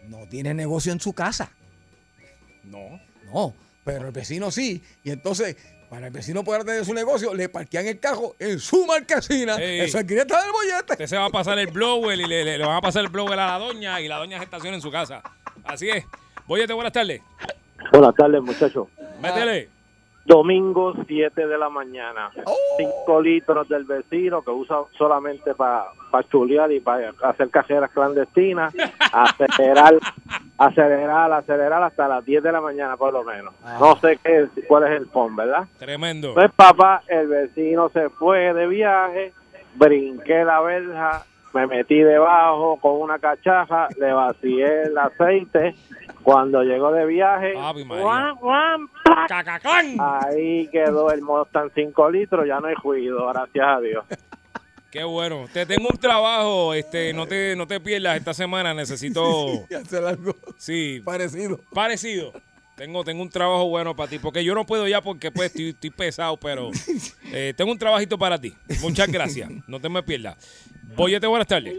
Speaker 4: no tiene negocio en su casa.
Speaker 8: No.
Speaker 4: No, pero el vecino sí. Y entonces, para el vecino poder tener su negocio, le parquean el carro en su marquesina.
Speaker 8: Ey.
Speaker 4: Eso es grieta del bollete.
Speaker 8: Usted se va a pasar el blower y le, le- le van a pasar el blower a la doña y la doña se estaciona en su casa. Así es. Boyete, buenas tardes.
Speaker 9: Buenas tardes, muchachos.
Speaker 8: Métele.
Speaker 9: Domingo, 7 de la mañana.
Speaker 4: Oh.
Speaker 9: 5 litros del vecino que usa solamente para chulear y para hacer cajeras clandestinas. Acelerar, acelerar, acelerar hasta las 10 de la mañana, por lo menos. No sé qué es- cuál es el fondo, ¿verdad?
Speaker 8: Tremendo.
Speaker 9: Pues, papá, el vecino se fue de viaje, brinqué la verja, me metí debajo con una cachaja, le vacié el aceite. Cuando llegó de viaje,
Speaker 8: Ave María.
Speaker 9: guan, guan, ¡plac!
Speaker 8: ¡Cacacán!
Speaker 9: Ahí quedó el Mustang 5 litros, ya no hay ruido, gracias a Dios.
Speaker 8: Qué bueno. Te tengo un trabajo, este, no te, no te pierdas esta semana. Necesito,
Speaker 4: Y hacer algo
Speaker 8: sí,
Speaker 4: parecido.
Speaker 8: parecido. Tengo, tengo un trabajo bueno para ti, porque yo no puedo ya porque pues estoy, estoy pesado, pero eh, tengo un trabajito para ti. Muchas gracias. No te me pierdas. Boyete, buenas tardes.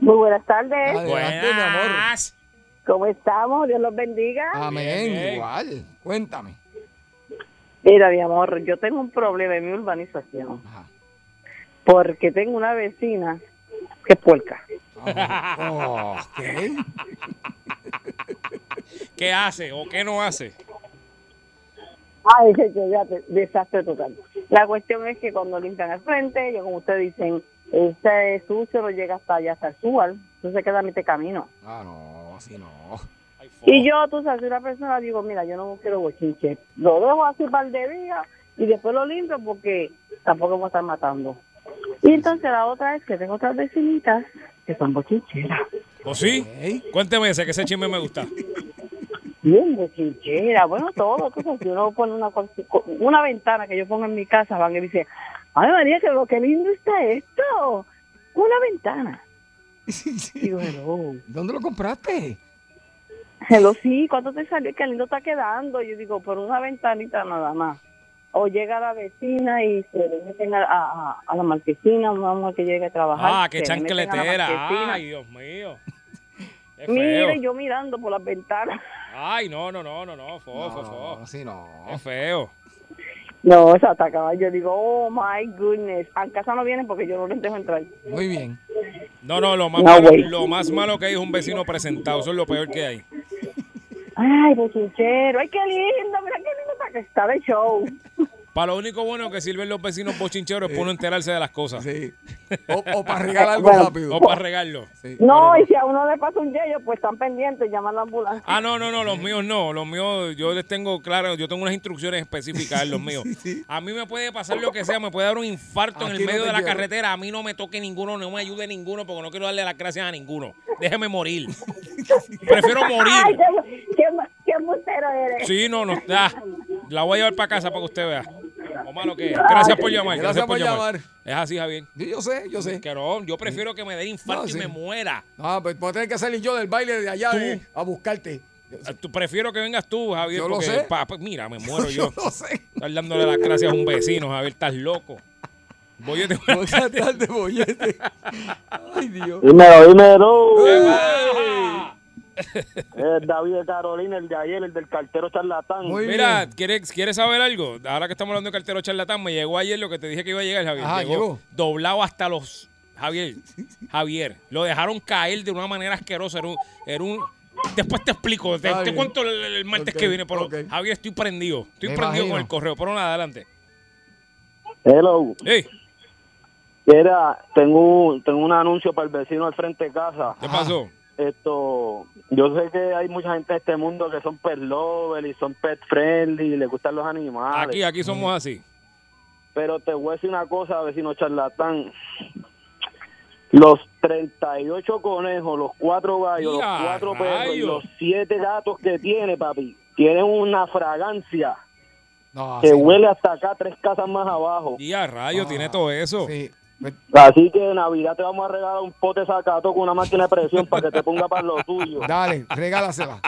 Speaker 10: Muy buenas tardes.
Speaker 4: Adelante, mi amor.
Speaker 8: Buenas.
Speaker 10: ¿Cómo estamos? Dios los bendiga.
Speaker 4: Amén,
Speaker 8: Bien, bien.
Speaker 4: igual. Cuéntame.
Speaker 10: Mira, mi amor, yo tengo un problema en mi urbanización.
Speaker 4: Ajá.
Speaker 10: Porque tengo una vecina que es puerca.
Speaker 4: Ah,
Speaker 8: ¿Qué hace o qué no hace?
Speaker 10: Ay, que ya te- desastre total. La cuestión es que cuando limpian el frente, yo como ustedes dicen, este sucio no llega hasta allá, hasta el sual, entonces queda a mitad de camino.
Speaker 4: Ah, no, así no.
Speaker 10: Y yo, tú sabes, soy una persona, digo, mira, yo no quiero bochinche. Lo dejo así un par de días y después lo limpio porque tampoco me a estar matando. Y entonces la otra es que tengo otras vecinitas que son bochincheras.
Speaker 8: ¿O sí? Cuénteme ese, que ese chisme me gusta.
Speaker 10: Bien bochincheras, bueno, todo. Tú sabes, si uno pone una, cosa- una ventana que yo pongo en mi casa, van y dicen, ay María, que lo que lindo está esto. Una ventana. Digo, hello.
Speaker 4: ¿Dónde lo compraste?
Speaker 10: Hello, sí, ¿cuánto te salió? Qué lindo está quedando. Yo digo, por una ventanita nada más. O llega la vecina y se le meten a, a- a la marquesina, una mujer que llega a trabajar.
Speaker 8: Ah, qué
Speaker 10: se le meten a la
Speaker 8: chancletera.
Speaker 10: marquesina.
Speaker 8: Ay, Dios mío. Qué feo.
Speaker 10: Mire, yo mirando por las ventanas.
Speaker 8: Ay, no, no, no, no, no. Fo, fo, fo.
Speaker 4: Así no.
Speaker 8: Qué feo.
Speaker 10: No, esa atacaba. Yo digo, oh my goodness. A casa no viene porque yo no les dejo entrar.
Speaker 4: Muy bien.
Speaker 8: No, no, lo más,
Speaker 10: No,
Speaker 8: malo,
Speaker 10: güey.
Speaker 8: lo más malo que hay es un vecino presentado. Eso es lo peor que hay.
Speaker 10: Ay, bochinchero. Ay, qué lindo. Mira qué lindo está que está de show.
Speaker 8: Para lo único bueno que sirven los vecinos bochincheros es por no enterarse de las cosas.
Speaker 4: Sí. O, o para regalar algo
Speaker 10: Bueno.
Speaker 4: rápido.
Speaker 8: O para regarlo.
Speaker 4: Sí.
Speaker 10: No, y si a uno le pasa un yello, pues están pendientes, llaman a la ambulancia.
Speaker 8: Ah, no, no, no, los míos no. Los míos, yo les tengo claro, yo tengo unas instrucciones específicas en los míos. A mí me puede pasar lo que sea, me puede dar un infarto en
Speaker 4: Aquí
Speaker 8: el
Speaker 4: no
Speaker 8: medio
Speaker 4: te
Speaker 8: de la
Speaker 4: llevo.
Speaker 8: carretera. A mí no me toque ninguno, no me ayude ninguno, porque no quiero darle las gracias a ninguno. Déjeme morir. Prefiero
Speaker 10: Ay,
Speaker 8: morir.
Speaker 10: qué, qué, qué embustero eres.
Speaker 8: Sí, no, no. ah, la voy a llevar para casa para que usted vea. Lo malo que es. Gracias por llamar. Gracias, por llamar. Es así, Javier.
Speaker 4: Sí, Yo sé, yo sé.
Speaker 8: Que no, yo prefiero que me dé infarto
Speaker 4: No, sí.
Speaker 8: y me muera.
Speaker 4: No, pues voy a tener que salir yo del baile de allá de- a buscarte. Yo,
Speaker 8: Eh, Tú- Prefiero que vengas tú, Javier.
Speaker 4: Yo lo
Speaker 8: porque,
Speaker 4: sé.
Speaker 8: pa- pa- mira, me muero yo.
Speaker 4: no sé.
Speaker 8: Estás dándole las gracias a un vecino, Javier, estás loco. Voy a
Speaker 4: Voy a tratar de bollete. Ay, Dios.
Speaker 9: Dímelo, dímelo.
Speaker 8: ¡Ah!
Speaker 9: Es David de Carolina, el de ayer, el del cartero charlatán.
Speaker 4: Muy
Speaker 8: Mira,
Speaker 4: bien.
Speaker 8: ¿quieres, ¿quieres saber algo? Ahora que estamos hablando de cartero charlatán, me llegó ayer lo que te dije que iba a llegar, Javier.
Speaker 4: Ajá, llegó.
Speaker 8: Doblado hasta los. Javier, Javier, lo dejaron caer de una manera asquerosa. Era un. era un- Después te explico, te,
Speaker 4: Está
Speaker 8: te
Speaker 4: bien.
Speaker 8: cuento el, el martes
Speaker 4: Ok,
Speaker 8: que viene, pero
Speaker 4: ok.
Speaker 8: Javier, estoy prendido. Estoy
Speaker 4: Me
Speaker 8: prendido
Speaker 4: imagino.
Speaker 8: con el correo, pero nada, adelante.
Speaker 9: Hello.
Speaker 8: Ey,
Speaker 9: Era, tengo, un- tengo un anuncio para el vecino al frente de casa.
Speaker 8: ¿Qué pasó?
Speaker 9: Esto, yo sé que hay mucha gente en este mundo que son pet lover y son pet friendly y les gustan los animales.
Speaker 8: Aquí, aquí somos así.
Speaker 9: Pero te voy a decir una cosa, vecino charlatán. Los 38 conejos, los cuatro gallos, los
Speaker 8: ¡Ya,
Speaker 9: cuatro perros y
Speaker 8: rayos!
Speaker 9: los siete gatos que tiene, papi, tienen una fragancia
Speaker 8: Ah,
Speaker 4: No,
Speaker 9: que
Speaker 4: así no.
Speaker 9: huele hasta acá tres casas más abajo.
Speaker 8: Y a rayo,
Speaker 4: Ah,
Speaker 8: tiene todo eso.
Speaker 4: Sí. Pues,
Speaker 9: Así que de Navidad te vamos a regalar un pote sacato con una máquina de presión para que te ponga para lo tuyo.
Speaker 4: Dale, regálasela.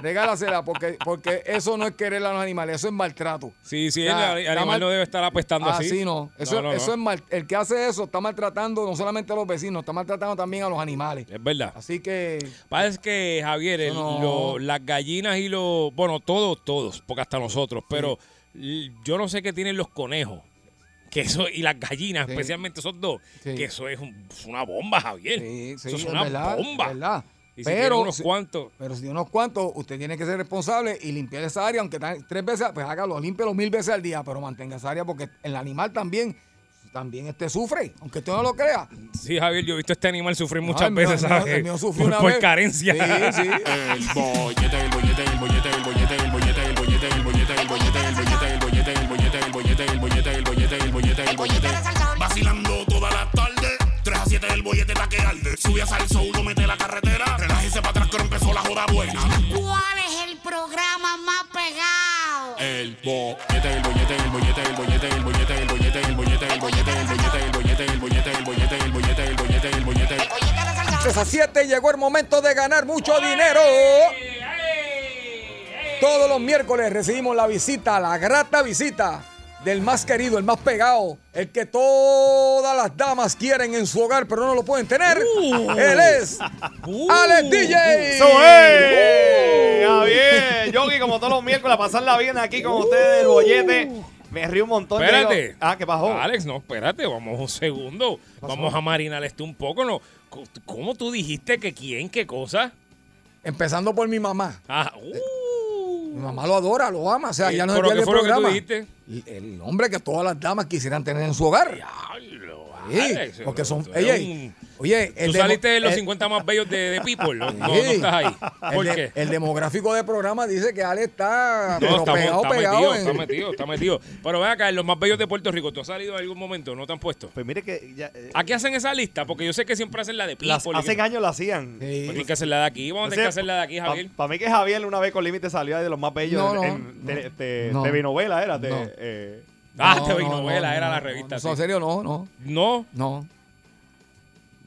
Speaker 4: regálasela, porque, porque eso no es querer a los animales, eso es maltrato.
Speaker 8: Sí, sí,
Speaker 4: O sea,
Speaker 8: el
Speaker 4: está
Speaker 8: animal
Speaker 4: mal-
Speaker 8: no debe estar apestando pues, así.
Speaker 4: Así Ah, no. Eso,
Speaker 8: No, no,
Speaker 4: eso
Speaker 8: no.
Speaker 4: es mal. El que hace eso está maltratando no solamente a los vecinos, está maltratando también a los animales.
Speaker 8: Es verdad.
Speaker 4: Así que.
Speaker 8: Parece que, Javier, el-
Speaker 4: No.
Speaker 8: lo- las gallinas y los... Bueno, todos, todos, porque hasta nosotros, pero l- yo no sé qué tienen los conejos. Que eso, y las gallinas,
Speaker 4: Sí.
Speaker 8: especialmente esos dos,
Speaker 4: Sí.
Speaker 8: que eso es, un- es una bomba, Javier.
Speaker 4: Sí, sí,
Speaker 8: eso es
Speaker 4: es
Speaker 8: una
Speaker 4: verdad,
Speaker 8: bomba.
Speaker 4: es verdad.
Speaker 8: Y si tienen
Speaker 4: Pero,
Speaker 8: unos
Speaker 4: si-
Speaker 8: cuantos.
Speaker 4: pero si unos cuantos, usted tiene que ser responsable y limpiar esa área, aunque tan- tres veces, pues hágalo, límpialo mil veces al día, pero mantenga esa área porque el animal también, también este sufre, aunque usted no lo crea.
Speaker 8: Sí, Javier, yo he visto a este animal sufrir
Speaker 4: No,
Speaker 8: muchas
Speaker 4: el mío-
Speaker 8: veces,
Speaker 4: el mío-
Speaker 8: ¿sabes?
Speaker 4: el mío sufrió
Speaker 8: por,
Speaker 4: una
Speaker 8: por
Speaker 4: vez.
Speaker 8: carencia.
Speaker 4: Sí,
Speaker 2: El
Speaker 4: sí.
Speaker 2: bollete, el bollete, el bollete, el bollete, el bollete, el bollete, el bollete, el bollete, el bollete, el bollete, el bollete, el bollete, el bollete, el bollete, el bollete, el bollete. Vacilando toda la tarde. 3 a 7 el bollete la que arde. Sube a salso, uno mete la carretera. Relájese para atrás que ahora empezó la joda buena.
Speaker 6: ¿Cuál es el programa más pegado?
Speaker 2: El bollete, el bollete, el bollete, el bollete, el bollete, el bollete, el bollete, el bollete, el bollete, el bollete, el bollete, el bollete, el bollete, el bollete, el bollete.
Speaker 4: Tres a 7 llegó el momento de ganar mucho dinero. Todos los miércoles recibimos la visita, la grata visita del más querido, el más pegado, el que todas las damas quieren en su hogar pero no lo pueden tener. Él es
Speaker 8: Uh.
Speaker 4: Alex DJ.
Speaker 11: ¡Eso es! Javier, Yogi, como todos los miércoles, pasarla bien aquí con ustedes, el bollete. Me río un montón.
Speaker 8: Espérate.
Speaker 11: Diego. Ah, ¿qué pasó?
Speaker 8: Alex, no, espérate, vamos un segundo. Vamos a marinar esto un poco. No, ¿Cómo tú dijiste que quién, qué cosa?
Speaker 4: Empezando por mi mamá.
Speaker 8: Ah,
Speaker 4: Mi mamá lo adora, lo ama. O sea,
Speaker 8: Eh,
Speaker 4: ya no se
Speaker 8: ¿pero
Speaker 4: pierde
Speaker 8: qué
Speaker 4: el
Speaker 8: fue lo que tú
Speaker 4: programa.
Speaker 8: dijiste?
Speaker 4: El el hombre que todas las damas quisieran tener en su hogar. Sí,
Speaker 8: Alex,
Speaker 4: porque son.
Speaker 8: tú eres
Speaker 4: Oye, oye,
Speaker 8: Tú
Speaker 4: demo-
Speaker 8: saliste de los
Speaker 4: el-
Speaker 8: 50 más bellos de, de People. No, no, no
Speaker 4: Sí.
Speaker 8: estás ahí.
Speaker 4: El,
Speaker 8: ¿Por
Speaker 4: de-
Speaker 8: qué?
Speaker 4: el demográfico del programa dice que Ale está
Speaker 8: No,
Speaker 4: Ah, pero
Speaker 8: está, mo-
Speaker 4: pegado,
Speaker 8: está
Speaker 4: pegado.
Speaker 8: metido,
Speaker 4: en-
Speaker 8: está metido, está metido. Pero ven acá, en los más bellos de Puerto Rico, ¿tú has salido en algún momento? ¿No te han puesto?
Speaker 11: Pues mire que ya, eh,
Speaker 8: ¿A qué hacen esa lista? Porque yo sé que siempre hacen la de People.
Speaker 11: las-
Speaker 8: y
Speaker 11: hace
Speaker 8: que-
Speaker 11: años la hacían.
Speaker 8: Pues Tienes que hacer la de aquí. Vamos a tener que hacer la de aquí, Javier.
Speaker 11: Para mí que Javier una vez con límite salió ahí de los más bellos
Speaker 8: No,
Speaker 11: en-
Speaker 8: no,
Speaker 11: en te- te-
Speaker 8: no.
Speaker 11: telenovela era te-
Speaker 8: No.
Speaker 11: eh,
Speaker 8: Ah,
Speaker 11: no,
Speaker 8: TV
Speaker 11: no,
Speaker 8: Novela,
Speaker 11: no,
Speaker 8: era
Speaker 11: no,
Speaker 8: la
Speaker 11: no,
Speaker 8: revista.
Speaker 11: no,
Speaker 8: sí.
Speaker 4: en serio, no, no.
Speaker 8: No.
Speaker 4: No.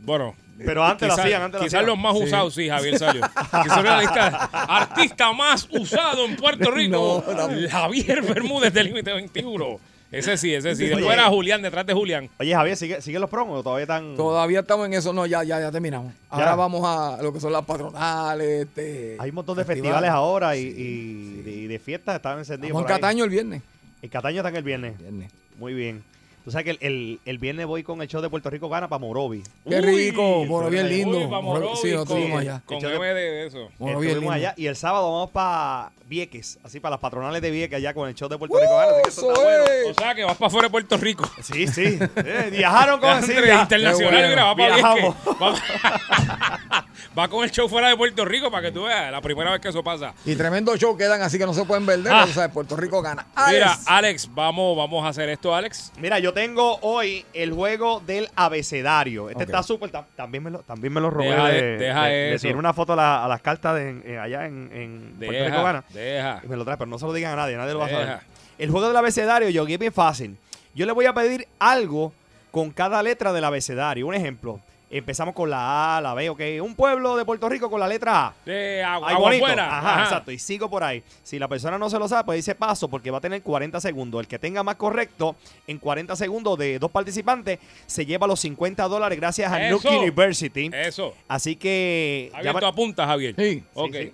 Speaker 8: Bueno.
Speaker 11: Pero antes la
Speaker 8: quizás-
Speaker 11: hacían, antes la
Speaker 8: Quizás
Speaker 11: hacían.
Speaker 8: los más
Speaker 11: Sí.
Speaker 8: usados, sí, Javier salió. Quizás era la lista artista más usado en Puerto Rico. Javier Bermúdez del Límite 21. Ese sí, ese sí. Después
Speaker 11: Oye.
Speaker 8: era Julián, detrás de Julián.
Speaker 11: Oye, Javier, ¿sigue, sigue los promos o todavía están...?
Speaker 4: Todavía estamos en eso, no, ya, ya, ya terminamos. Ahora
Speaker 11: Ya.
Speaker 4: vamos a lo que son las patronales, este.
Speaker 11: Hay un montón de
Speaker 4: festivales.
Speaker 11: festivales ahora y, y de- y de fiestas están encendidos
Speaker 4: Vamos
Speaker 11: por
Speaker 4: en
Speaker 11: ahí.
Speaker 4: Cataño el viernes.
Speaker 11: En Cataño están el viernes. Muy bien. Tú sabes que el, el- el viernes voy con el show de Puerto Rico Gana para Morovi.
Speaker 4: Qué rico, Moro bien lindo.
Speaker 8: uy, pa'
Speaker 4: Moro- sí,
Speaker 8: Morovis
Speaker 4: nosotros
Speaker 8: con-
Speaker 4: fuimos allá.
Speaker 8: con
Speaker 11: El show de-
Speaker 8: M de eso.
Speaker 11: Estuvimos
Speaker 4: Morovi es lindo.
Speaker 11: allá y el sábado vamos para Vieques, así para las patronales de Vieques allá con el show de
Speaker 4: ¡Uh,
Speaker 11: Puerto Rico Gana. Así que eso está bueno.
Speaker 8: O sea, que vas para afuera de Puerto Rico.
Speaker 11: Sí, sí. Eh, viajaron con
Speaker 8: Entre
Speaker 11: Silvia.
Speaker 8: internacional,
Speaker 11: Qué
Speaker 8: mira, va
Speaker 11: bueno.
Speaker 8: para
Speaker 11: Viajamos.
Speaker 8: Vieques. Va- Va con el show fuera de Puerto Rico para que tú veas la primera vez que eso pasa.
Speaker 4: Y tremendo show quedan, así que no se pueden perder.
Speaker 8: Ah.
Speaker 4: O sea, Puerto Rico gana.
Speaker 8: Mira,
Speaker 4: Alex.
Speaker 8: Alex, vamos, vamos a hacer esto, Alex.
Speaker 11: Mira, yo tengo hoy el juego del abecedario. Este está súper. tam- También me lo, también me lo robé.
Speaker 8: Deja
Speaker 11: de,
Speaker 8: de- deja
Speaker 11: le- le
Speaker 8: eso.
Speaker 11: tiré una foto a, la- a las cartas de, en- en- allá en, en Puerto Rico Gana.
Speaker 8: Deja, deja.
Speaker 11: Y me lo trae, pero no se lo digan a nadie, nadie lo va a
Speaker 8: Deja.
Speaker 11: saber. El juego del abecedario, yo es bien fácil. Yo le voy a pedir algo con cada letra del abecedario. Un ejemplo. Empezamos con la A, la B, ok. Un pueblo de Puerto Rico con la letra A.
Speaker 8: De agua,
Speaker 11: Ahí
Speaker 8: agua
Speaker 11: bonito.
Speaker 8: afuera.
Speaker 11: Ajá, exacto. Y sigo por ahí. Si la persona no se lo sabe, pues dice paso porque va a tener 40 segundos. El que tenga más correcto en 40 segundos de dos participantes se lleva los 50 dólares gracias a Nuke
Speaker 8: Eso.
Speaker 11: University.
Speaker 8: Eso.
Speaker 11: Así que.
Speaker 8: Javier, tú apuntas, Javier.
Speaker 11: Sí.
Speaker 8: Ok.
Speaker 11: sí.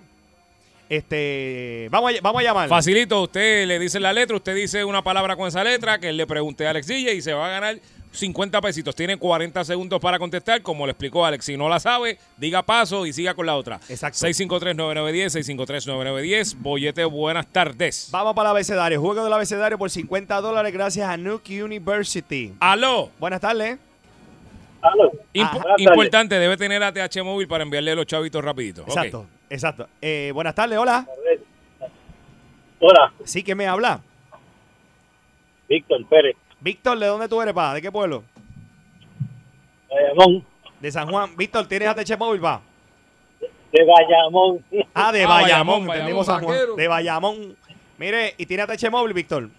Speaker 11: Este, vamos a, vamos a llamar.
Speaker 8: Facilito, usted le dice la letra, usted dice una palabra con esa letra, que él le pregunte a Alex Dilla y se va a ganar 50 pesitos. Tiene 40 segundos para contestar, como le explicó Alex. Si no la sabe, diga paso y siga con la otra.
Speaker 11: Exacto.
Speaker 8: 653-9910, 653-9910. Bollete, buenas tardes.
Speaker 11: Vamos para el abecedario. Juego del abecedario por 50 dólares gracias a Nuke University.
Speaker 8: Aló.
Speaker 11: Buenas tardes. Ah,
Speaker 9: Aló.
Speaker 8: Impo- importante, debe tener ATH móvil para enviarle los chavitos rapidito. Ok.
Speaker 11: Exacto, exacto. Eh, buenas tardes, hola.
Speaker 9: Hola.
Speaker 11: Sí, que me habla?
Speaker 9: Víctor Pérez.
Speaker 11: Víctor, ¿de dónde tú eres, pa? ¿De qué pueblo?
Speaker 9: Bayamón.
Speaker 11: De San Juan. Víctor, ¿tienes ATH móvil, pa?
Speaker 9: De Bayamón.
Speaker 11: Ah, de
Speaker 9: Ah,
Speaker 11: Bayamón,
Speaker 9: Bayamón, Bayamón,
Speaker 11: entendimos San Juan.
Speaker 9: vaquero.
Speaker 11: De Bayamón. Mire, ¿y tiene ATH móvil, Víctor?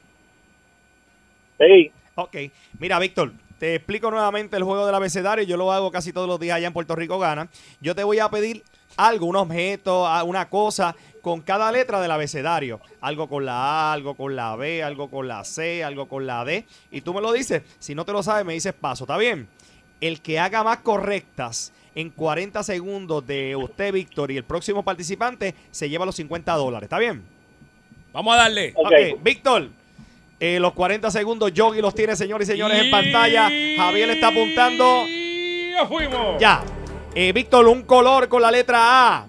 Speaker 9: Sí.
Speaker 11: Ok. Mira, Víctor, te explico nuevamente el juego del abecedario. Yo lo hago casi todos los días allá en Puerto Rico Gana. Yo te voy a pedir algo, un objeto, a- una cosa, con cada letra del abecedario. Algo con la A, algo con la B, algo con la C, algo con la D. Y tú me lo dices. Si no te lo sabes, me dices paso. ¿Está bien? El que haga más correctas en 40 segundos de usted, Víctor, y el próximo participante, se lleva los 50 dólares. ¿Está bien?
Speaker 8: Vamos a darle.
Speaker 11: Ok, Víctor. eh, los 40 segundos, Yogi los tiene, señores y señores, en pantalla. Javier está apuntando.
Speaker 8: Ya fuimos.
Speaker 11: Ya. Eh, Víctor, un color con la letra A.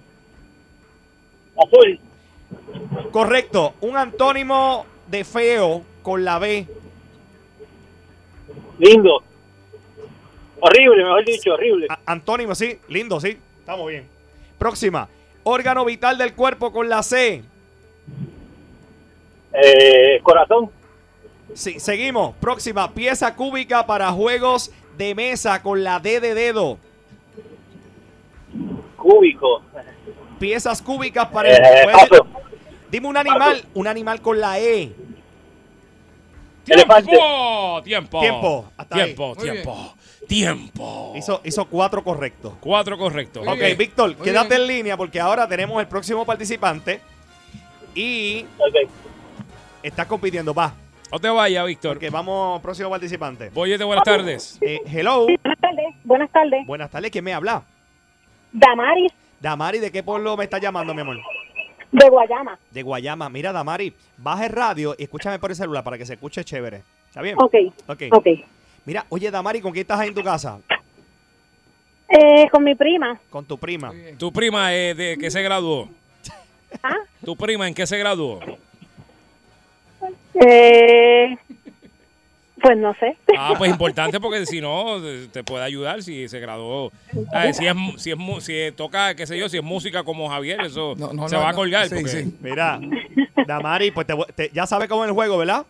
Speaker 9: Azul.
Speaker 11: Correcto. Un antónimo de feo con la B.
Speaker 9: Lindo. Horrible, mejor dicho, horrible.
Speaker 11: A- antónimo, sí. Lindo, sí. Estamos bien. Próxima. Órgano vital del cuerpo con la C.
Speaker 9: Eh, corazón.
Speaker 11: Sí, seguimos. Próxima. Pieza cúbica para juegos de mesa con la D de dedo.
Speaker 9: Cúbico.
Speaker 11: Piezas cúbicas para el
Speaker 9: Eh,
Speaker 11: juego.
Speaker 9: paso.
Speaker 11: Dime un animal, un animal con la E.
Speaker 8: Elefante. Tiempo, tiempo.
Speaker 11: Tiempo, hasta ahí.
Speaker 8: tiempo,
Speaker 11: Muy
Speaker 8: tiempo, tiempo.
Speaker 11: Hizo, hizo cuatro correctos.
Speaker 8: Cuatro correctos.
Speaker 11: ok, Víctor, quédate en línea porque ahora tenemos el próximo participante y estás compitiendo, va.
Speaker 8: No te vayas, Víctor.
Speaker 11: Porque vamos, próximo participante.
Speaker 8: Boyete, buenas tardes.
Speaker 11: Eh, hello.
Speaker 12: Buenas tardes. Buenas tardes.
Speaker 11: Buenas tardes, ¿quién me habla?
Speaker 12: Damaris
Speaker 11: Damari, ¿de qué pueblo me estás llamando, mi amor?
Speaker 12: de Guayama.
Speaker 11: De Guayama. Mira, Damari, baja el radio y escúchame por el celular para que se escuche chévere. ¿Está bien?
Speaker 12: Ok.
Speaker 11: Ok.
Speaker 12: Ok.
Speaker 11: Mira, oye, Damari, ¿con quién estás ahí en tu casa?
Speaker 12: Eh, con mi prima.
Speaker 11: Con tu prima.
Speaker 8: ¿Tu prima eh, de qué se graduó? ¿Tu prima en qué se graduó?
Speaker 12: Eh, pues no sé.
Speaker 8: Ah, pues importante porque si no, eh, te puede ayudar si se graduó. ¿Sabes? Si, es, mu- si, es, mu- si es- toca, qué sé yo, si es música como Javier, eso se
Speaker 11: no,
Speaker 8: va a
Speaker 11: no.
Speaker 8: colgar.
Speaker 11: Sí,
Speaker 8: porque-
Speaker 11: sí. Mira, Damari, pues te voy- te- ya sabes cómo es el juego, ¿verdad?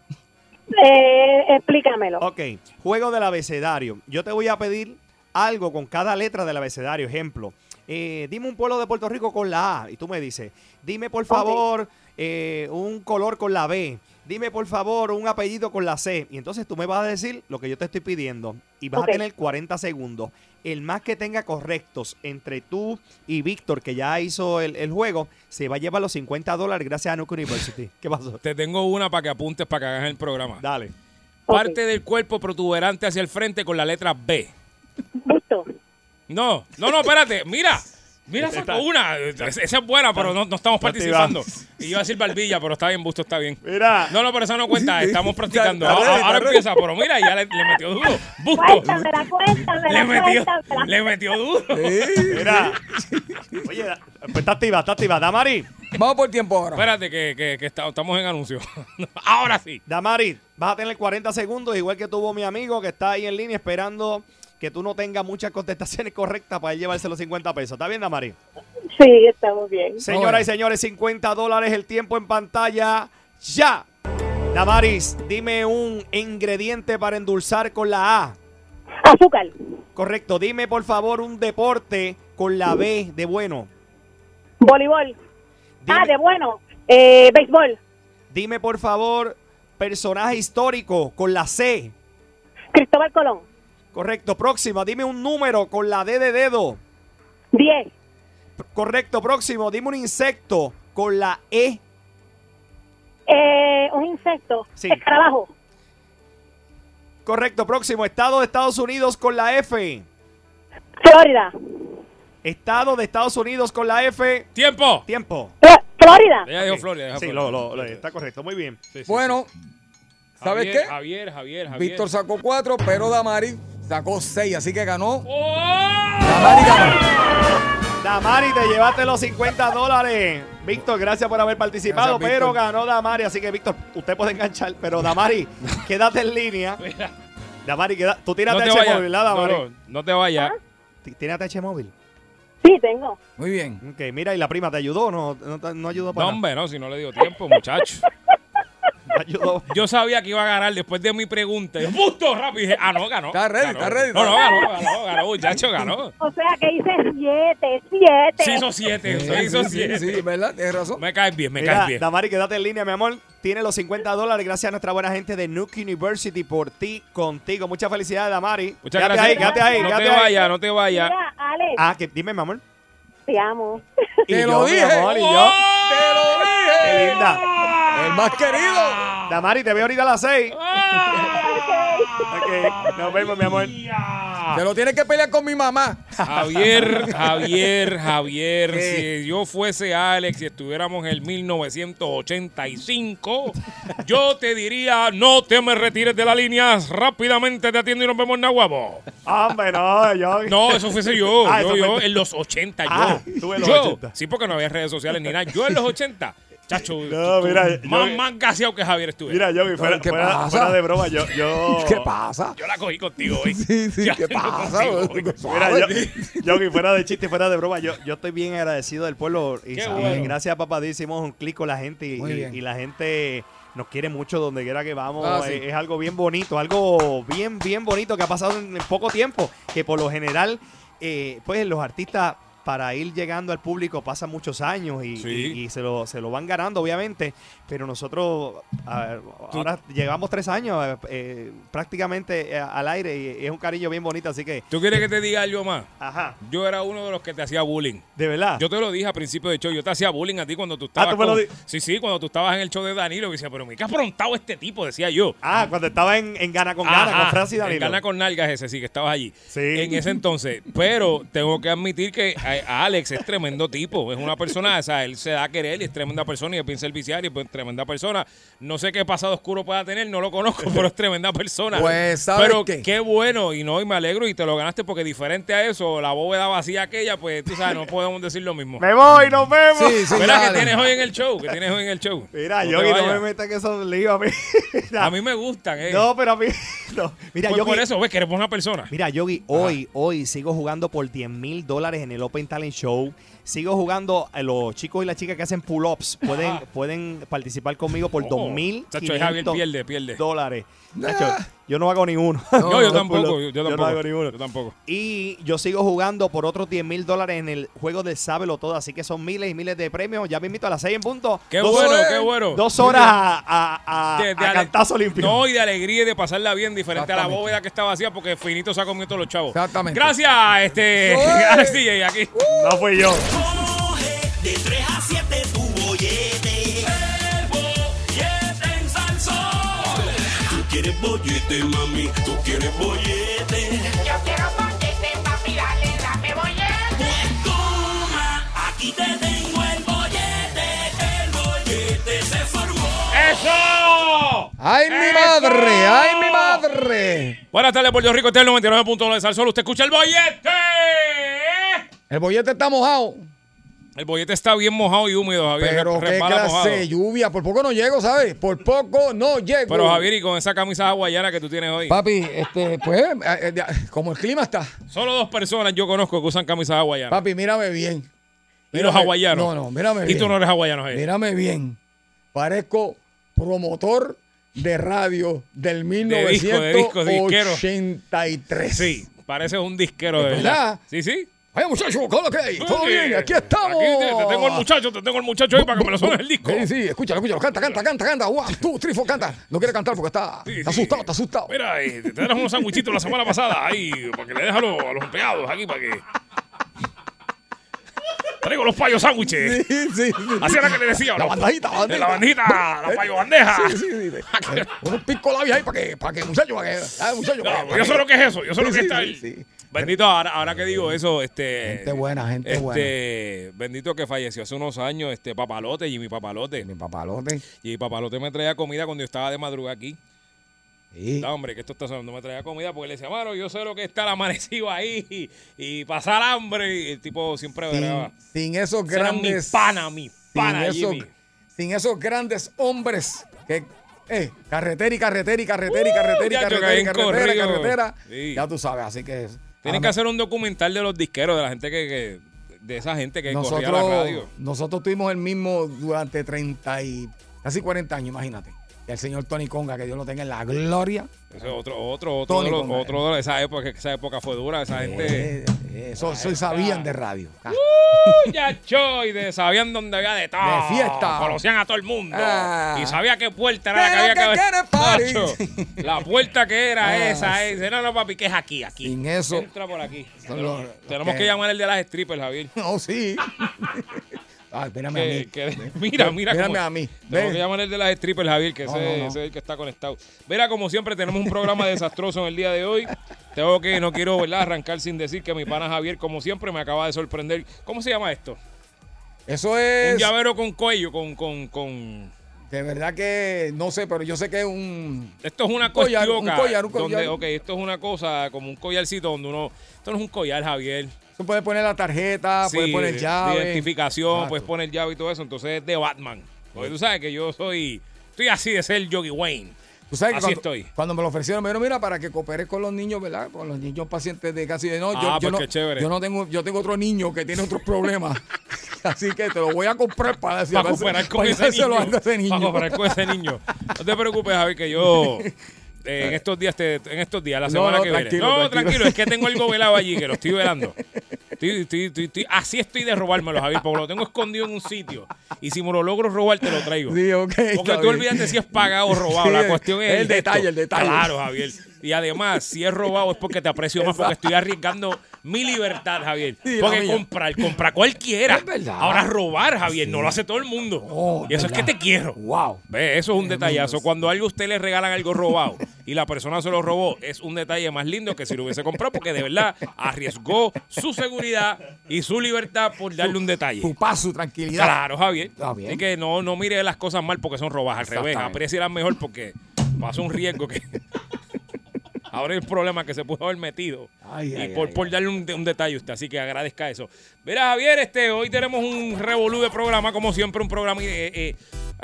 Speaker 12: Eh, explícamelo.
Speaker 11: Ok, juego del abecedario. Yo te voy a pedir algo con cada letra del abecedario. Ejemplo, eh, dime un pueblo de Puerto Rico con la A y tú me dices, dime por favor eh, un color con la B, dime por favor un apellido con la C. Y entonces tú me vas a decir lo que yo te estoy pidiendo y vas
Speaker 13: Ok.
Speaker 11: a tener 40 segundos. El más que tenga correctos entre tú y Víctor, que ya hizo el, el juego, se va a llevar los 50 dólares gracias a Nuke University. ¿Qué pasó?
Speaker 8: Te tengo una para que apuntes para que hagas el programa.
Speaker 11: Dale.
Speaker 8: Parte del cuerpo protuberante hacia el frente con la letra B. No, no, no, espérate. Mira, mira,
Speaker 11: Está-
Speaker 8: sacó una. Esa es buena, pero no, no estamos participando. Y iba a decir barbilla, pero está bien, busto está bien.
Speaker 11: Mira.
Speaker 8: No, no, pero eso no cuenta. Estamos practicando.
Speaker 3: Está ready,
Speaker 8: Ahora,
Speaker 3: está
Speaker 8: ahora
Speaker 3: ready.
Speaker 8: empieza, pero mira, ya le, le metió duro. Busto.
Speaker 12: Cuéntamela, cuéntamela,
Speaker 8: Le metió,
Speaker 12: cuéntamela.
Speaker 8: le metió duro.
Speaker 11: Mira. Oye, da- pues está activa, está activa. Damari.
Speaker 4: Vamos por tiempo ahora.
Speaker 8: Espérate, que, que- que está- estamos en anuncio. ahora sí.
Speaker 11: Damari, vas a tener 40 segundos, igual que tuvo mi amigo que está ahí en línea esperando que tú no tengas muchas contestaciones correctas para él llevarse los 50 pesos. ¿Está bien, Damari?
Speaker 12: Sí, estamos bien.
Speaker 11: Señoras y señores, 50 dólares el tiempo en pantalla. ¡Ya! Damaris, dime un ingrediente para endulzar con la A.
Speaker 12: Azúcar.
Speaker 11: Correcto. Dime, por favor, un deporte con la B de bueno.
Speaker 12: Voleibol. Ah, de bueno. Eh, béisbol.
Speaker 11: Dime, por favor, personaje histórico con la C.
Speaker 12: Cristóbal Colón.
Speaker 11: Correcto. Próxima, dime un número con la D de dedo.
Speaker 12: 10.
Speaker 11: Correcto. Próximo, dime un insecto con la E.
Speaker 12: Eh, un insecto.
Speaker 11: Sí.
Speaker 12: Escarabajo.
Speaker 11: Correcto. Próximo, estado de Estados Unidos con la F.
Speaker 12: Florida.
Speaker 11: Estado de Estados Unidos con la F.
Speaker 8: Tiempo.
Speaker 11: Tiempo.
Speaker 12: Fl- Florida.
Speaker 8: Ella dijo Florida. ella dijo
Speaker 11: Sí,
Speaker 8: Florida.
Speaker 11: lo- lo- lo- está correcto. Muy bien.
Speaker 4: Bueno, ¿sabes
Speaker 8: Javier,
Speaker 4: qué?
Speaker 8: Javier, Javier, Javier.
Speaker 4: Víctor sacó cuatro, pero Damari sacó seis, así que ganó.
Speaker 8: ¡Oh!
Speaker 11: Damari, te llevaste los 50 dólares. Víctor, gracias por haber participado,
Speaker 4: Gracias,
Speaker 11: pero
Speaker 4: Víctor.
Speaker 11: ganó Damari. Así que, Víctor, usted puede enganchar, pero Damari, quédate en línea. Damari, queda- tú tírate
Speaker 8: No te
Speaker 11: a ese
Speaker 8: vayas.
Speaker 11: móvil, ¿verdad, Damari?
Speaker 8: No, no, no te vayas.
Speaker 12: ¿Ah?
Speaker 11: Ti- ¿Tienes TH móvil?
Speaker 12: Sí, tengo.
Speaker 4: Muy bien.
Speaker 11: Ok, mira, y la prima te ayudó, o no, no, te- no ayudó para
Speaker 8: No,
Speaker 11: nada?
Speaker 8: hombre, no, si no le dio tiempo, muchacho.
Speaker 11: No ayudó.
Speaker 8: Yo sabía que iba a ganar después de mi pregunta. Yo, ¡Busto! Rápido. Dije, ah, no, ganó.
Speaker 4: Está ready,
Speaker 8: ganó.
Speaker 4: está ready.
Speaker 8: No, no, ganó, ganó, ganó, muchacho, ganó.
Speaker 12: O sea que hice 7. 7.
Speaker 8: Se hizo siete, se
Speaker 4: Sí,
Speaker 8: hizo
Speaker 4: sí,
Speaker 8: siete.
Speaker 4: Sí, ¿verdad? Tienes razón.
Speaker 8: Me caes bien, me
Speaker 11: Mira,
Speaker 8: caes bien.
Speaker 11: Damari, quédate en línea, mi amor. Tiene los 50 dólares gracias a nuestra buena gente de Nuke University por ti, contigo. Muchas felicidades, Damari.
Speaker 8: Muchas
Speaker 11: quédate
Speaker 8: gracias.
Speaker 11: ahí, quédate ahí,
Speaker 8: no
Speaker 11: quédate
Speaker 8: te
Speaker 11: ahí.
Speaker 8: vayas, no te vayas.
Speaker 12: Mira, Alex,
Speaker 11: Ah, que, dime, mi amor.
Speaker 12: te amo.
Speaker 11: Y
Speaker 4: Te
Speaker 11: yo,
Speaker 4: lo
Speaker 11: mi
Speaker 4: dije.
Speaker 11: amor, y yo.
Speaker 4: ¡Te lo dije!
Speaker 11: Qué linda.
Speaker 4: El más querido.
Speaker 11: Damari, te veo ahorita a las 6.
Speaker 8: Ah.
Speaker 11: ok, nos vemos, mi amor.
Speaker 4: Te lo tienes que pelear con mi mamá.
Speaker 8: Javier, Javier, Javier,
Speaker 4: ¿Qué?
Speaker 8: si yo fuese Alex y estuviéramos en el 1985, yo te diría, no te me retires de la línea, rápidamente te atiendo y nos vemos en Nahuabo.
Speaker 11: Ah, Hombre, no, yo.
Speaker 8: No, eso fuese yo,
Speaker 11: Ah,
Speaker 8: yo,
Speaker 11: eso
Speaker 8: yo,
Speaker 11: fuiste-
Speaker 8: en los 80, yo.
Speaker 11: Ah, tú en los
Speaker 8: yo,
Speaker 11: 80.
Speaker 8: sí, porque no había redes sociales ni nada, yo en los 80, chacho,
Speaker 11: No, mira, yo-
Speaker 8: más, más gaseado que Javier estuve.
Speaker 11: Mira, yo, fuera,
Speaker 4: ¿Qué
Speaker 11: fuera,
Speaker 4: pasa?
Speaker 11: fuera de broma, yo. yo
Speaker 4: ¿Qué pasa?
Speaker 8: Yo la cogí contigo hoy.
Speaker 4: Sí, sí,
Speaker 8: Ya
Speaker 4: ¿qué
Speaker 8: tengo
Speaker 4: pasa?
Speaker 8: contigo hoy.
Speaker 11: Pues, Mira, yo, Yogi, fuera de chiste, y fuera de broma, yo, yo estoy bien agradecido del pueblo y,
Speaker 8: Qué
Speaker 11: y
Speaker 8: bueno.
Speaker 11: gracias a papá Dios hicimos un clic con la gente y,
Speaker 4: Muy
Speaker 11: y-
Speaker 4: bien.
Speaker 11: y la gente nos quiere mucho donde quiera que vamos.
Speaker 4: Ah, sí.
Speaker 11: eh, es, es algo bien bonito, algo bien, bien bonito que ha pasado en, en poco tiempo, que por lo general, eh, pues los artistas para ir llegando al público pasan muchos años y,
Speaker 8: Sí.
Speaker 11: y- y se, lo, se lo van ganando, obviamente, pero nosotros a ver,
Speaker 8: Tú-
Speaker 11: ahora llevamos tres años eh, eh, prácticamente eh, al aire y es un cariño bien bonito, así que...
Speaker 8: ¿Tú quieres que te diga algo más?
Speaker 11: Ajá.
Speaker 8: Yo era uno de los que te hacía bullying.
Speaker 11: De verdad.
Speaker 8: Yo te lo dije al principio del show, yo te hacía bullying a ti cuando tú estabas.
Speaker 11: Ah, tú me lo
Speaker 8: con-
Speaker 11: di-
Speaker 8: sí, sí, cuando tú estabas en el show de Danilo, que decía, pero me qué afrontado este tipo, decía yo.
Speaker 11: ah, cuando estaba en, en Gana con Gana,
Speaker 8: Ajá,
Speaker 11: con Francis
Speaker 8: el
Speaker 11: Danilo.
Speaker 8: Gana con nalgas ese, sí, que estabas allí.
Speaker 11: Sí.
Speaker 8: En ese entonces. Pero tengo que admitir que eh, eh, Alex es tremendo tipo, es una persona, o sea, él se da a querer y es tremenda persona y es bien servicial y es tremenda persona. No sé qué pasado oscuro pueda tener, no lo conozco, pero es tremenda persona.
Speaker 4: Pues, ¿sabes
Speaker 8: Pero
Speaker 4: qué?
Speaker 8: bueno, y no, y me alegro y te lo ganaste porque diferente a eso, la bóveda vacía aquella, pues tú sabes, no podemos decir lo mismo.
Speaker 11: Me voy, nos vemos.
Speaker 8: Sí, sí, Mira, dale. que tienes hoy en el show, que tienes hoy en el show.
Speaker 11: Mira,
Speaker 8: No
Speaker 11: yo
Speaker 8: te
Speaker 11: Yogi, no
Speaker 8: vayas.
Speaker 11: me metas en esos líos a mí.
Speaker 8: A mí me gustan, eh.
Speaker 11: No, pero a mí. No. Mira,
Speaker 8: Pues
Speaker 11: Yogi.
Speaker 8: por eso, ves que eres buena persona.
Speaker 11: Mira, Yogi, hoy, hoy sigo jugando por 10 mil dólares en el Open Talent Show. Sigo jugando, eh, los chicos y las chicas que hacen pull-ups pueden, pueden participar conmigo por
Speaker 8: Oh,
Speaker 11: 2 mil
Speaker 8: chacho, ahí Javier pierde, pierde.
Speaker 11: dólares. Chacho, yo no hago ninguno.
Speaker 8: No, yo tampoco, yo,
Speaker 11: pull-ups.
Speaker 8: yo tampoco.
Speaker 11: no hago ninguno.
Speaker 8: Yo tampoco.
Speaker 11: Y yo sigo jugando por otros 10 mil dólares en el juego del Sábelo Todo. Así que son miles y miles de premios. Ya me invito a las 6 en punto.
Speaker 8: Qué bueno, qué bueno.
Speaker 11: Dos horas a, a, a-
Speaker 8: De- de
Speaker 11: a
Speaker 8: ale-
Speaker 11: cantazo limpio.
Speaker 8: No, y de alegría y de pasarla bien, diferente a la
Speaker 11: Exactamente.
Speaker 8: bóveda que está vacía porque Finito se ha comido todos los chavos.
Speaker 4: Exactamente.
Speaker 8: Gracias, este,
Speaker 4: ¡Oye!
Speaker 8: Alex DJ aquí.
Speaker 11: No fui yo.
Speaker 2: De 3 a 7 tu bollete. El bollete en salsón. Tú quieres bollete, mami. Tú quieres bollete.
Speaker 6: Yo quiero bollete, papi, dale, dame bollete.
Speaker 2: Pues toma, aquí te tengo el bollete. El bollete se formó.
Speaker 8: ¡Eso!
Speaker 4: ¡Ay, mi madre! ¡Ay, mi madre!
Speaker 8: Buenas tardes, Puerto Rico. Este es el 99.1 de Salsol. Usted escucha el bollete.
Speaker 4: El bollete está mojado.
Speaker 8: El bollete está bien mojado y húmedo, Javier.
Speaker 4: Pero qué
Speaker 8: Resbala
Speaker 4: clase
Speaker 8: mojado.
Speaker 4: de lluvia. Por poco no llego, ¿sabes? Por poco no llego.
Speaker 8: Pero Javier, y con esa camisa hawaiana que tú tienes hoy.
Speaker 4: Papi, este, pues, eh, eh, como el clima está.
Speaker 8: Solo dos personas yo conozco que usan camisas hawaianas.
Speaker 4: Papi, mírame bien.
Speaker 8: y los
Speaker 4: mírame-
Speaker 8: hawaianos.
Speaker 4: No, no, mírame
Speaker 8: Y tú
Speaker 4: bien.
Speaker 8: no eres hawaiano, eh. Javier.
Speaker 4: Mírame bien. Parezco promotor de radio del
Speaker 8: De disco, de disco, de disquero.
Speaker 4: 1983.
Speaker 8: Sí, pareces un disquero de
Speaker 4: ¿De
Speaker 8: verdad.
Speaker 4: verdad?
Speaker 8: Sí, sí.
Speaker 4: Ay, muchacho, ¿cómo lo que hay? Todo
Speaker 8: Sí.
Speaker 4: bien, aquí estamos.
Speaker 8: Aquí te, te tengo el muchacho, te tengo el muchacho ahí para que me lo suene el disco.
Speaker 4: Sí, sí, escúchalo, escúchalo. Canta, canta, canta, canta. One, two, three, four, canta. No quiere cantar porque está,
Speaker 8: Sí,
Speaker 4: está
Speaker 8: sí.
Speaker 4: asustado, está asustado.
Speaker 8: Mira, eh, te trajeron unos sandwichitos la semana pasada ahí, para que le dejes a los, a los empleados aquí, para que. Traigo los payos sándwiches.
Speaker 4: Sí, sí, sí.
Speaker 8: Así era que le decía.
Speaker 4: La
Speaker 8: los-
Speaker 4: bandajita, Eh. la bandajita.
Speaker 8: La bandita, la payo bandeja.
Speaker 4: Sí, sí, sí. Eh, Unos pico labios ahí para que, para que, muchacho, para que. Ah, muchacho, para
Speaker 8: No,
Speaker 4: que-
Speaker 8: yo sé lo que es eso, yo sé lo
Speaker 4: Sí,
Speaker 8: que
Speaker 4: sí,
Speaker 8: está ahí.
Speaker 4: sí, sí.
Speaker 8: Bendito, ahora, ahora que digo eso, este.
Speaker 4: Gente buena, gente buena.
Speaker 8: Este, bendito que falleció hace unos años, este papalote, Jimmy Papalote.
Speaker 4: Mi papalote.
Speaker 8: Y papalote me traía comida cuando yo estaba de madrugada aquí.
Speaker 4: Sí.
Speaker 8: No, hombre, que esto está sonando. Me traía comida porque le decía, mano, yo sé lo que está el amanecido ahí y, y pasar hambre. Y el tipo siempre veraba.
Speaker 4: Sin, sin esos
Speaker 8: Ese era
Speaker 4: grandes.
Speaker 8: mi pana, mi pana,
Speaker 4: sin, esos,
Speaker 8: Jimmy.
Speaker 4: sin esos grandes hombres que. Eh, carretera y carretera y carretera y
Speaker 8: Uh,
Speaker 4: carretera y
Speaker 8: ya, yo
Speaker 4: carretera
Speaker 8: caí
Speaker 4: y
Speaker 8: en
Speaker 4: carretera y
Speaker 8: corrido.
Speaker 4: carretera.
Speaker 8: Sí.
Speaker 4: Ya tú sabes, así que.
Speaker 8: Tienen que hacer un documental de los disqueros, de la gente que. que- de esa gente que corría la
Speaker 4: Nosotros,
Speaker 8: radio.
Speaker 4: nosotros tuvimos el mismo durante 30 y casi 40 años, imagínate. El señor Tony Conga, que Dios lo tenga en la gloria.
Speaker 8: Eso es otro, otro, otro,
Speaker 4: Tony
Speaker 8: de los-
Speaker 4: Conrad.
Speaker 8: otro de los- esa época, esa época fue dura, esa gente.
Speaker 4: Eh, eh, eso eso sabían de radio. Ah,
Speaker 8: Muchacho, y ¡Uh! de- sabían dónde había de todo.
Speaker 4: De fiesta.
Speaker 8: Conocían a todo el mundo.
Speaker 4: Ah.
Speaker 8: Y sabía qué puerta era la que
Speaker 4: ¿Qué
Speaker 8: había
Speaker 4: es lo que
Speaker 8: que
Speaker 4: quieres, party?
Speaker 8: Muchacho, La puerta que era
Speaker 4: Ah,
Speaker 8: esa. eh. Dice, no, no, papi, que es aquí, aquí.
Speaker 4: Sin eso.
Speaker 8: Entra por aquí.
Speaker 4: Son los-
Speaker 8: Tenemos- Tenemos
Speaker 4: que-
Speaker 8: que llamar el de las strippers, Javier.
Speaker 4: No, sí. Ay, mírame Ah, a mí.
Speaker 8: Que- que- mira, mira.
Speaker 4: Mírame
Speaker 8: cómo-
Speaker 4: a mí.
Speaker 8: Tenemos
Speaker 4: Ve.
Speaker 8: que llamar el de las strippers, Javier, que
Speaker 4: No,
Speaker 8: ese,
Speaker 4: no, no.
Speaker 8: ese es el que está conectado. Mira, como siempre, tenemos un programa desastroso en el día de hoy. Tengo que, no quiero, ¿verdad?, arrancar sin decir que mi pana Javier, como siempre, me acaba de sorprender. ¿Cómo se llama esto?
Speaker 4: Eso
Speaker 8: Un
Speaker 4: es.
Speaker 8: llavero con cuello, con, con, con...
Speaker 4: De verdad que no sé, pero yo sé que es un.
Speaker 8: Esto es una
Speaker 4: collar,
Speaker 8: cuestión.
Speaker 4: un collar, un collar.
Speaker 8: Donde, ok, esto es una cosa, como un collarcito donde uno... Esto no es un collar, Javier.
Speaker 4: Tú puedes poner la tarjeta, Ah, puedes
Speaker 8: Sí,
Speaker 4: poner
Speaker 8: de
Speaker 4: llave.
Speaker 8: Identificación,
Speaker 4: Exacto.
Speaker 8: puedes poner llave y todo eso. Entonces es de Batman. Porque tú sabes que yo soy... Estoy así de ser Yogi Wayne.
Speaker 4: Tú sabes que
Speaker 8: Así
Speaker 4: cuando,
Speaker 8: estoy.
Speaker 4: cuando me lo ofrecieron, me dijeron, mira, para que cooperes con los niños, ¿verdad? Con los niños pacientes de casi de no, yo,
Speaker 8: Ah,
Speaker 4: yo
Speaker 8: pues
Speaker 4: no,
Speaker 8: qué chévere.
Speaker 4: yo no tengo, yo tengo otro niño que tiene otros problemas. Así que te lo voy a comprar para decir,
Speaker 8: para cooperar con
Speaker 4: para
Speaker 8: ese
Speaker 4: dárselo
Speaker 8: niño.
Speaker 4: a ese niño.
Speaker 8: Para cooperar con ese niño. No te preocupes, Javi, que yo eh, en estos días, te- en estos días, la
Speaker 4: No,
Speaker 8: semana
Speaker 4: no,
Speaker 8: que viene.
Speaker 4: tranquilo,
Speaker 8: No, tranquilo.
Speaker 4: tranquilo.
Speaker 8: es que tengo algo velado allí, que lo estoy velando. Estoy- estoy- estoy- estoy- así estoy de robármelo, Javi, porque lo tengo escondido en un sitio. Y si me lo logro robar, te lo traigo.
Speaker 4: Sí, ok,
Speaker 8: porque
Speaker 4: está
Speaker 8: tú
Speaker 4: bien.
Speaker 8: olvídate si es pagado o robado.
Speaker 4: Sí,
Speaker 8: la cuestión es.
Speaker 4: el detalle,
Speaker 8: gesto.
Speaker 4: el detalle.
Speaker 8: Claro, Javier. Y además, si es robado es porque te aprecio más, porque estoy arriesgando mi libertad, Javier.
Speaker 4: Sí, la
Speaker 8: porque
Speaker 4: mía.
Speaker 8: comprar, comprar cualquiera.
Speaker 4: Es verdad.
Speaker 8: Ahora robar, Javier, no lo hace todo el mundo.
Speaker 4: Oh,
Speaker 8: y eso es que
Speaker 4: ¿verdad?
Speaker 8: te quiero.
Speaker 4: Wow.
Speaker 8: Ve, eso es un detallazo. Cuando a alguien usted le regalan algo robado y la persona se lo robó. Es un detalle más lindo que si lo hubiese comprado porque de verdad arriesgó su seguridad y su libertad por darle un detalle.
Speaker 13: Su paz, su tranquilidad.
Speaker 8: Claro, Javier.
Speaker 13: Está bien.
Speaker 8: Así que no, no mire las cosas mal porque son robadas, al revés.
Speaker 13: Exactamente.
Speaker 8: Aprecialas mejor porque pasó un riesgo que. Ahora el problema que se pudo haber metido.
Speaker 13: Ay,
Speaker 8: y
Speaker 13: ay,
Speaker 8: por,
Speaker 13: ay,
Speaker 8: por darle un, de- un detalle a usted, así que agradezca eso. Mira, Javier, este, hoy tenemos un revolú de programa, como siempre, un programa. eh, eh,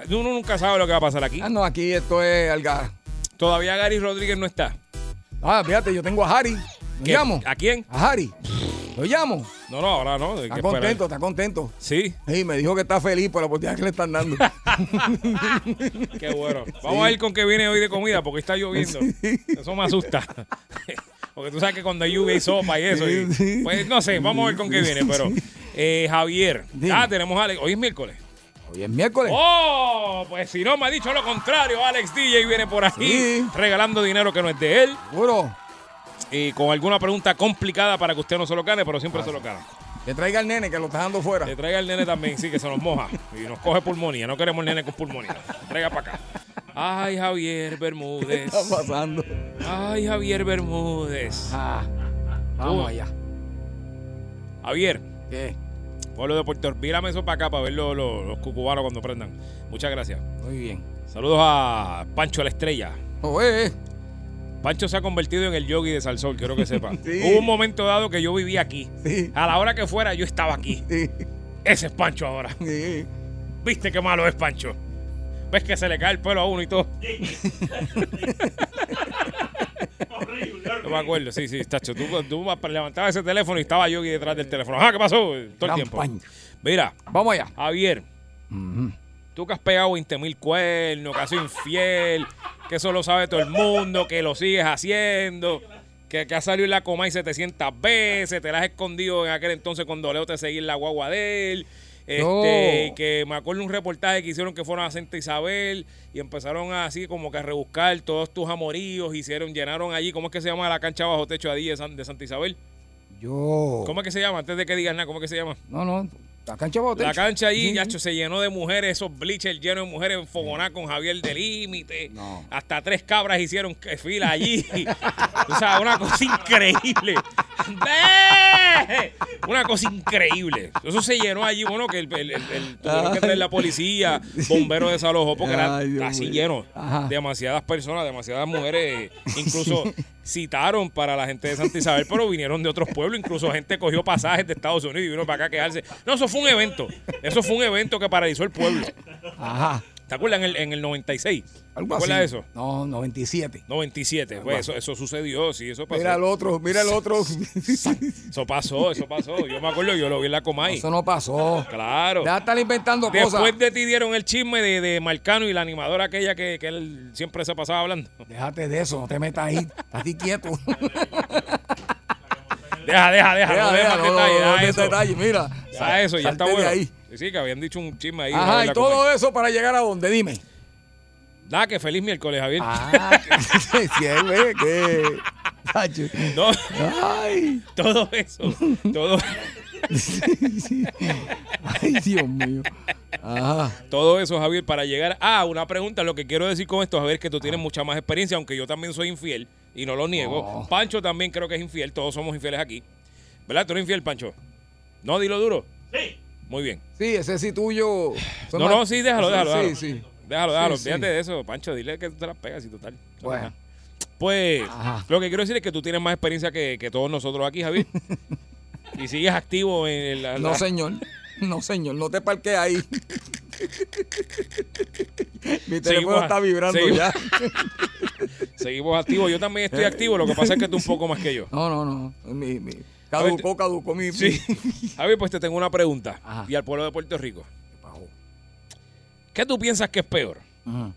Speaker 8: uno nunca sabe lo que va a pasar aquí.
Speaker 4: Ah, no, aquí esto es alga.
Speaker 8: Todavía Gary Rodríguez no está.
Speaker 4: Ah, fíjate, yo tengo a Harry. ¿Lo
Speaker 8: ¿Qué?
Speaker 4: llamo?
Speaker 8: ¿A quién?
Speaker 4: A Harry. ¿Lo llamo?
Speaker 8: No, no, ahora no. hay
Speaker 4: Está
Speaker 8: que
Speaker 4: contento,
Speaker 8: esperar.
Speaker 4: está contento.
Speaker 8: Sí.
Speaker 4: Sí, me dijo que está feliz por la oportunidad que le están dando.
Speaker 8: Qué bueno. Vamos a ir con que viene hoy de comida, porque está lloviendo. Eso me asusta. Porque tú sabes que cuando hay lluvia y sopa y eso. y- pues no sé, vamos a ver con qué viene, pero. eh, Javier. Ah, tenemos a Alex. Hoy es miércoles.
Speaker 4: Hoy es miércoles.
Speaker 8: Oh, pues si no me ha dicho lo contrario, Alex DJ viene por aquí regalando dinero que no es de él.
Speaker 4: Seguro.
Speaker 8: Y con alguna pregunta complicada para que usted no se lo gane, pero siempre se lo gana.
Speaker 4: Le traiga al nene que lo está dando fuera.
Speaker 8: Le traiga el nene también, sí, que se nos moja. Y nos coge pulmonía. No queremos el nene con pulmonía. Traiga para acá. Ay, Javier Bermúdez.
Speaker 4: ¿Qué está pasando?
Speaker 8: Ay, Javier Bermúdez.
Speaker 4: Ah, Vamos
Speaker 8: Uy.
Speaker 4: allá.
Speaker 8: Javier.
Speaker 4: ¿Qué?
Speaker 8: Pueblo de Puerto Rico. Pírame eso para acá para ver lo- lo- los cucubanos cuando prendan. Muchas gracias.
Speaker 4: Muy bien.
Speaker 8: Saludos a Pancho la Estrella.
Speaker 4: Oye.
Speaker 8: Pancho se ha convertido en el yogi de Salsol, quiero que sepa. Hubo un momento dado que yo vivía aquí. A la hora que fuera, yo estaba aquí. Ese es Pancho ahora. ¿Viste qué malo es Pancho? ¿Ves que se le cae el pelo a uno y todo? No me acuerdo, sí, sí, Tacho. Tú, tú levantabas ese teléfono y estaba Yogi detrás del teléfono. Ajá, ¿qué pasó? Todo el
Speaker 13: Gran
Speaker 8: tiempo.
Speaker 13: Pancho.
Speaker 8: Mira.
Speaker 4: Vamos allá.
Speaker 8: Javier, tú que has pegado 20 mil cuernos, que has sido infiel, que eso lo sabe todo el mundo, que lo sigues haciendo, que, que has salido en la coma y 700 veces, te la has escondido en aquel entonces cuando Leo te seguía en la guagua de él. Este,
Speaker 13: No.
Speaker 8: que me acuerdo un reportaje que hicieron que fueron a Santa Isabel y empezaron a, así como que a rebuscar todos tus amoríos, hicieron, llenaron allí, ¿cómo es que se llama la cancha bajo techo allí de, San- de Santa Isabel?
Speaker 4: Yo.
Speaker 8: ¿Cómo es que se llama? Antes de que digas nada, ¿cómo es que se llama?
Speaker 4: No, no. La cancha bajo
Speaker 8: La
Speaker 4: techo.
Speaker 8: cancha allí,
Speaker 4: Sí.
Speaker 8: yacho, se llenó de mujeres, esos bleachers llenos de mujeres enfogonadas con Javier de Límite. Hasta tres cabras hicieron que- fila allí. o sea, una cosa increíble. ¡Ve! una cosa increíble. Eso se llenó allí, bueno, que el, el- el- el- tuvieron que traer la policía, bomberos de desalojo, porque era
Speaker 13: Ay, Dios
Speaker 8: así
Speaker 13: mío.
Speaker 8: lleno.
Speaker 13: Ajá.
Speaker 8: Demasiadas personas, demasiadas mujeres. eh, Incluso citaron para la gente de Santa Isabel, pero vinieron de otros pueblos. Incluso gente cogió pasajes de Estados Unidos y vino para acá a quedarse. No, eso fue un evento. Eso fue un evento que paralizó el pueblo.
Speaker 4: Ajá.
Speaker 8: ¿Te acuerdas en el, en el 96? ¿Te
Speaker 4: Algo
Speaker 8: acuerdas de
Speaker 4: así.
Speaker 8: eso?
Speaker 4: No, 97.
Speaker 8: 97,
Speaker 4: Algo
Speaker 8: pues,
Speaker 4: así.
Speaker 8: eso, eso sucedió, sí, eso pasó.
Speaker 4: Mira el otro, mira el otro.
Speaker 8: Eso pasó, eso pasó. Yo me acuerdo, yo lo vi en la Comay.
Speaker 4: Eso no pasó.
Speaker 8: Claro.
Speaker 4: Ya están inventando
Speaker 8: Después
Speaker 4: cosas.
Speaker 8: de ti dieron el chisme de, de Marcano y la animadora aquella que, que él siempre se pasaba hablando.
Speaker 4: Déjate de eso, no te metas ahí. Estás aquí quieto.
Speaker 8: Deja, Ah, deja, deja. no
Speaker 4: deja,
Speaker 8: deja, más
Speaker 4: no,
Speaker 8: detalles,
Speaker 4: no, no,
Speaker 8: deja
Speaker 4: no,
Speaker 8: eso.
Speaker 4: detalle, mira.
Speaker 8: Ya
Speaker 4: Sal-
Speaker 8: eso, ya está
Speaker 4: salte de
Speaker 8: bueno.
Speaker 4: ahí.
Speaker 8: Sí, que habían dicho un chisme ahí. una
Speaker 4: Ajá,
Speaker 8: vez
Speaker 4: y
Speaker 8: la
Speaker 4: todo
Speaker 8: comí.
Speaker 4: eso para llegar a dónde, dime.
Speaker 8: Nada, que feliz miércoles, Javier.
Speaker 4: Ah, Si él ve que. Tacho.
Speaker 8: No.
Speaker 4: Ay.
Speaker 8: Todo eso. Todo,
Speaker 4: Ay, Dios mío. Ajá.
Speaker 8: todo eso, Javier, para llegar a una pregunta. Lo que quiero decir con esto, Javier, es que tú tienes mucha más experiencia, aunque yo también soy infiel y no lo niego.
Speaker 4: Oh.
Speaker 8: Pancho también creo que es infiel. Todos somos infieles aquí. ¿Verdad? Tú eres infiel, Pancho. No, dilo duro. Sí. Muy bien.
Speaker 4: Sí, ese sí tuyo. Son
Speaker 8: No,
Speaker 4: más-
Speaker 8: no, sí, déjalo, déjalo.
Speaker 4: Sí,
Speaker 8: déjalo.
Speaker 4: sí.
Speaker 8: Déjalo, déjalo.
Speaker 4: Sí, sí.
Speaker 8: Fíjate de eso, Pancho. Dile que tú te las pegas y total.
Speaker 4: Bueno.
Speaker 8: Pues, lo que quiero decir es que tú tienes más experiencia que, que todos nosotros aquí, Javier. y sigues activo en la.
Speaker 4: No,
Speaker 8: la-
Speaker 4: señor. No, señor. No te parques ahí. Mi teléfono
Speaker 8: Seguimos-
Speaker 4: está vibrando
Speaker 8: seguimos-
Speaker 4: ya.
Speaker 8: Seguimos activos. Yo también estoy activo. Lo que pasa es que tú un poco más que yo.
Speaker 4: Eh. No, no, no. Mi, mi- Caducó, caducó mi.
Speaker 8: Sí. Javier, pues te tengo una pregunta. Y al pueblo de Puerto Rico. ¿Qué tú piensas que es peor?
Speaker 4: Ajá.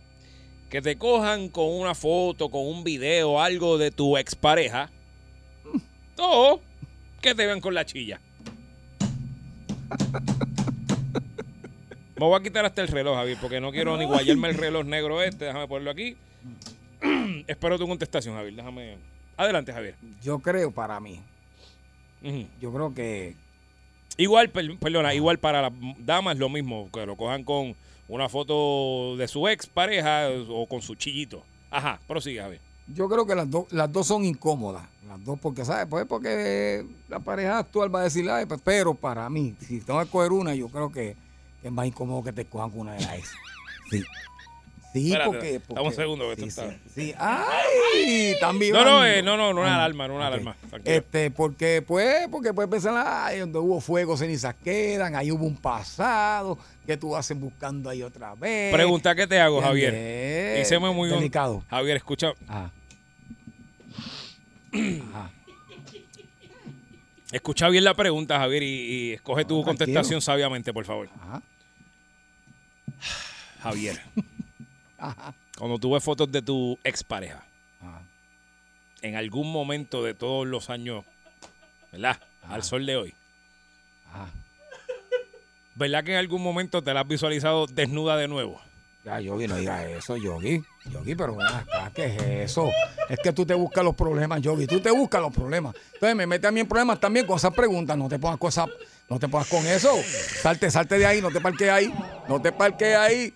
Speaker 8: Que te cojan con una foto, con un video, algo de tu expareja. O que te vean con la chilla. Me voy a quitar hasta el reloj, Javier, porque no quiero ni guayarme el reloj negro este. Déjame ponerlo aquí. Espero tu contestación, Javier. Déjame. Adelante, Javier.
Speaker 4: Yo creo para mí.
Speaker 8: Ujú.
Speaker 4: Yo creo que.
Speaker 8: Igual, per- perdona, igual para las damas lo mismo, que lo cojan con una foto de su ex pareja o con su chillito. Ajá, prosigue, Javier.
Speaker 4: Yo creo que las, dos las dos son incómodas. Las dos, porque, ¿sabes? Pues porque la pareja actual va a decir, "Ay, pues", pero para mí, si tengo que escoger una, yo creo que es más incómodo que te escojan con una de las ex. Sí. Sí,
Speaker 8: Espérate,
Speaker 4: porque, porque-
Speaker 8: Dame un segundo que esto está.
Speaker 4: Sí, ¡Ay! Están
Speaker 8: No,
Speaker 4: vibrando. Ah,
Speaker 8: no, eh, no, no, no una alarma, no una alarma. Tranquilo.
Speaker 4: Este, porque pues, porque puedes pensar, ay, donde hubo fuego, cenizas quedan, ahí hubo un pasado, que tú haces buscando ahí otra vez.
Speaker 8: Pregunta que te hago, Javier.
Speaker 4: ¿Entiendes?
Speaker 8: Y séme muy hon-
Speaker 4: Eh, delicado. Ah.
Speaker 8: Javier, escucha. Escucha bien la pregunta, Javier, y, y escoge tu contestación sabiamente, por favor. Javier, cuando tú ves fotos de tu expareja, en algún momento de todos los años, ¿verdad? Al sol de hoy. ¿Verdad que en algún momento te la has visualizado desnuda de nuevo?
Speaker 4: Ya, Yogi, no digas eso, Yogi. Yogi, pero ven acá, Ah, ¿qué es eso? Es que tú te buscas los problemas, Yogi. Tú te buscas los problemas. Entonces me metes a mí en problemas también con esas preguntas. No te pongas cosas, no te pongas con eso. Salte, salte de ahí, no te parques ahí. No te parques ahí.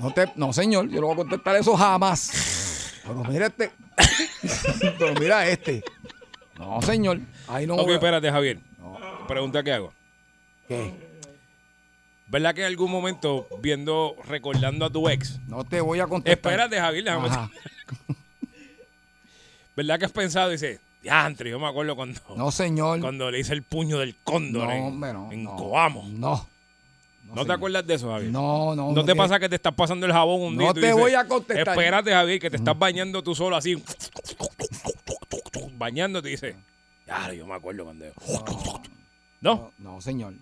Speaker 4: No te, no, señor, yo no voy a contestar eso jamás. Pero mira este. pero mira este. No, señor. Ahí no
Speaker 8: ok, pues,
Speaker 4: voy a-
Speaker 8: espérate, Javier. Pregunta que hago. ¿Verdad que en algún momento, viendo, recordando a tu ex?
Speaker 4: No te voy a contestar.
Speaker 8: Espérate, Javier, déjame.
Speaker 4: Ajá.
Speaker 8: ¿Verdad que has pensado? Dice, diantre, yo me acuerdo cuando.
Speaker 4: No, señor.
Speaker 8: Cuando le hice el puño del cóndor
Speaker 4: No,
Speaker 8: en,
Speaker 4: hombre, no,
Speaker 8: en
Speaker 4: no.
Speaker 8: Coamo.
Speaker 4: No.
Speaker 8: ¿No, te acuerdas de eso, Javier?
Speaker 4: No, no. eh,
Speaker 8: ¿No, te
Speaker 4: tiene-
Speaker 8: pasa que te estás pasando el jabón un
Speaker 4: No
Speaker 8: día? y tú
Speaker 4: te
Speaker 8: dices,
Speaker 4: voy a contestar.
Speaker 8: Espérate, Javier, que te estás bañando tú solo así. Bañándote y dices, ya, yo me acuerdo cuando. yo-". ¿No?
Speaker 4: No, señor.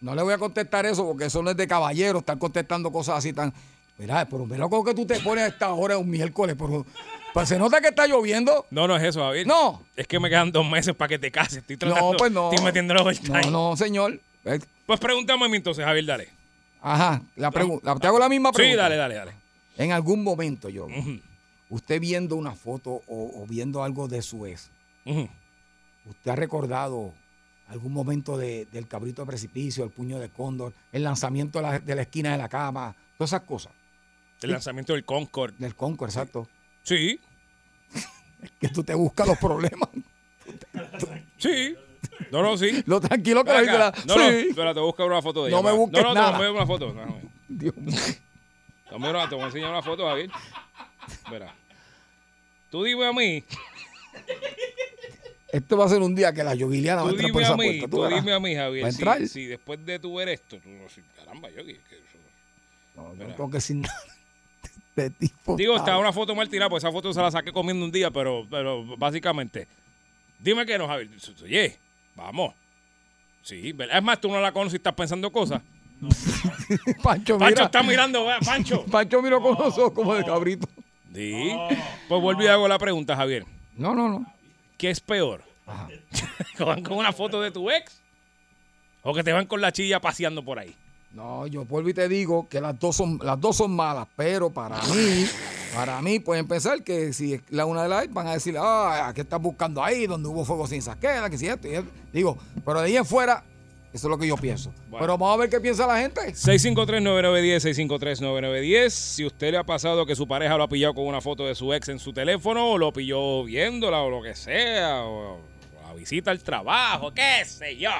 Speaker 4: No le voy a contestar eso porque eso no es de caballero, estar contestando cosas así tan. Mira, pero mira cómo que tú te pones a esta hora un miércoles. Pero, pues se nota que está lloviendo.
Speaker 8: No, no es eso, Javier.
Speaker 4: No.
Speaker 8: Es que me quedan dos meses para que te cases. Estoy tratando.
Speaker 4: No, pues no.
Speaker 8: Estoy metiendo los overtime.
Speaker 4: No, no, señor. Eh,
Speaker 8: Pues pregúntame a mí entonces, Javier, dale.
Speaker 4: Ajá, la pregu- la- te hago la misma pregunta.
Speaker 8: Sí, dale, dale, dale.
Speaker 4: En algún momento, yo, usted viendo una foto o, o viendo algo de su ex, ¿usted ha recordado algún momento de- del cabrito de precipicio, el puño de cóndor, el lanzamiento de la, de la esquina de la cama, todas esas cosas?
Speaker 8: El lanzamiento del Concord.
Speaker 4: Del Concord, exacto.
Speaker 8: Sí,
Speaker 4: Que tú te buscas los problemas.
Speaker 8: sí. No, no, sí.
Speaker 4: Lo tranquilo que la
Speaker 8: Ven
Speaker 4: gente
Speaker 8: acá.
Speaker 4: la-
Speaker 8: No, no,
Speaker 4: Sí.
Speaker 8: espera, te voy a buscar una foto de
Speaker 4: No
Speaker 8: ella.
Speaker 4: me
Speaker 8: va.
Speaker 4: busques
Speaker 8: No, no,
Speaker 4: nada.
Speaker 8: te voy a una foto. déjame.
Speaker 4: Dios mío.
Speaker 8: Dame una- te voy a enseñar una foto, Javier. Verá. Tú dime a mí,
Speaker 4: Esto va a ser un día que la yoguiliana va a
Speaker 8: tú
Speaker 4: entrar por
Speaker 8: dime
Speaker 4: esa
Speaker 8: a mí,
Speaker 4: puerta.
Speaker 8: tú
Speaker 4: verás.
Speaker 8: dime a mí, Javier.
Speaker 4: Va a
Speaker 8: si-
Speaker 4: entrar.
Speaker 8: Si, después de tu ver esto, tú no- si- caramba, yo que que eso-
Speaker 4: No tengo que decir nada. Este tipo.
Speaker 8: Digo, está una foto mal tirada, pues esa foto se la saqué comiendo un día, pero, pero básicamente. Dime que no, Javier. Oye, vamos. Sí, ¿verdad? es más, tú no la conoces y estás pensando cosas. Pancho
Speaker 4: Pancho, mira.
Speaker 8: está mirando, va, Pancho.
Speaker 4: Pancho miró con los ojos como de cabrito.
Speaker 8: Sí. Pues vuelvo y hago la pregunta, Javier.
Speaker 4: No, no, no.
Speaker 8: ¿Qué es peor? ¿Que van con una foto de tu ex? ¿O que te van con la chilla paseando por ahí?
Speaker 4: No, yo vuelvo y te digo que las dos son, las dos son malas, pero para mí, para mí pueden pensar que si es la una de las van a decir, ah, ¿qué estás buscando ahí? Donde hubo fuego sin saquera, que si esto y esto. Digo, pero de ahí en fuera, eso es lo que yo pienso. Pero vamos a ver qué piensa la gente.
Speaker 8: 653-9910, 653-9910. Si usted le ha pasado que su pareja lo ha pillado con una foto de su ex en su teléfono, o lo pilló viéndola, o lo que sea, o la visita al trabajo, qué sé yo.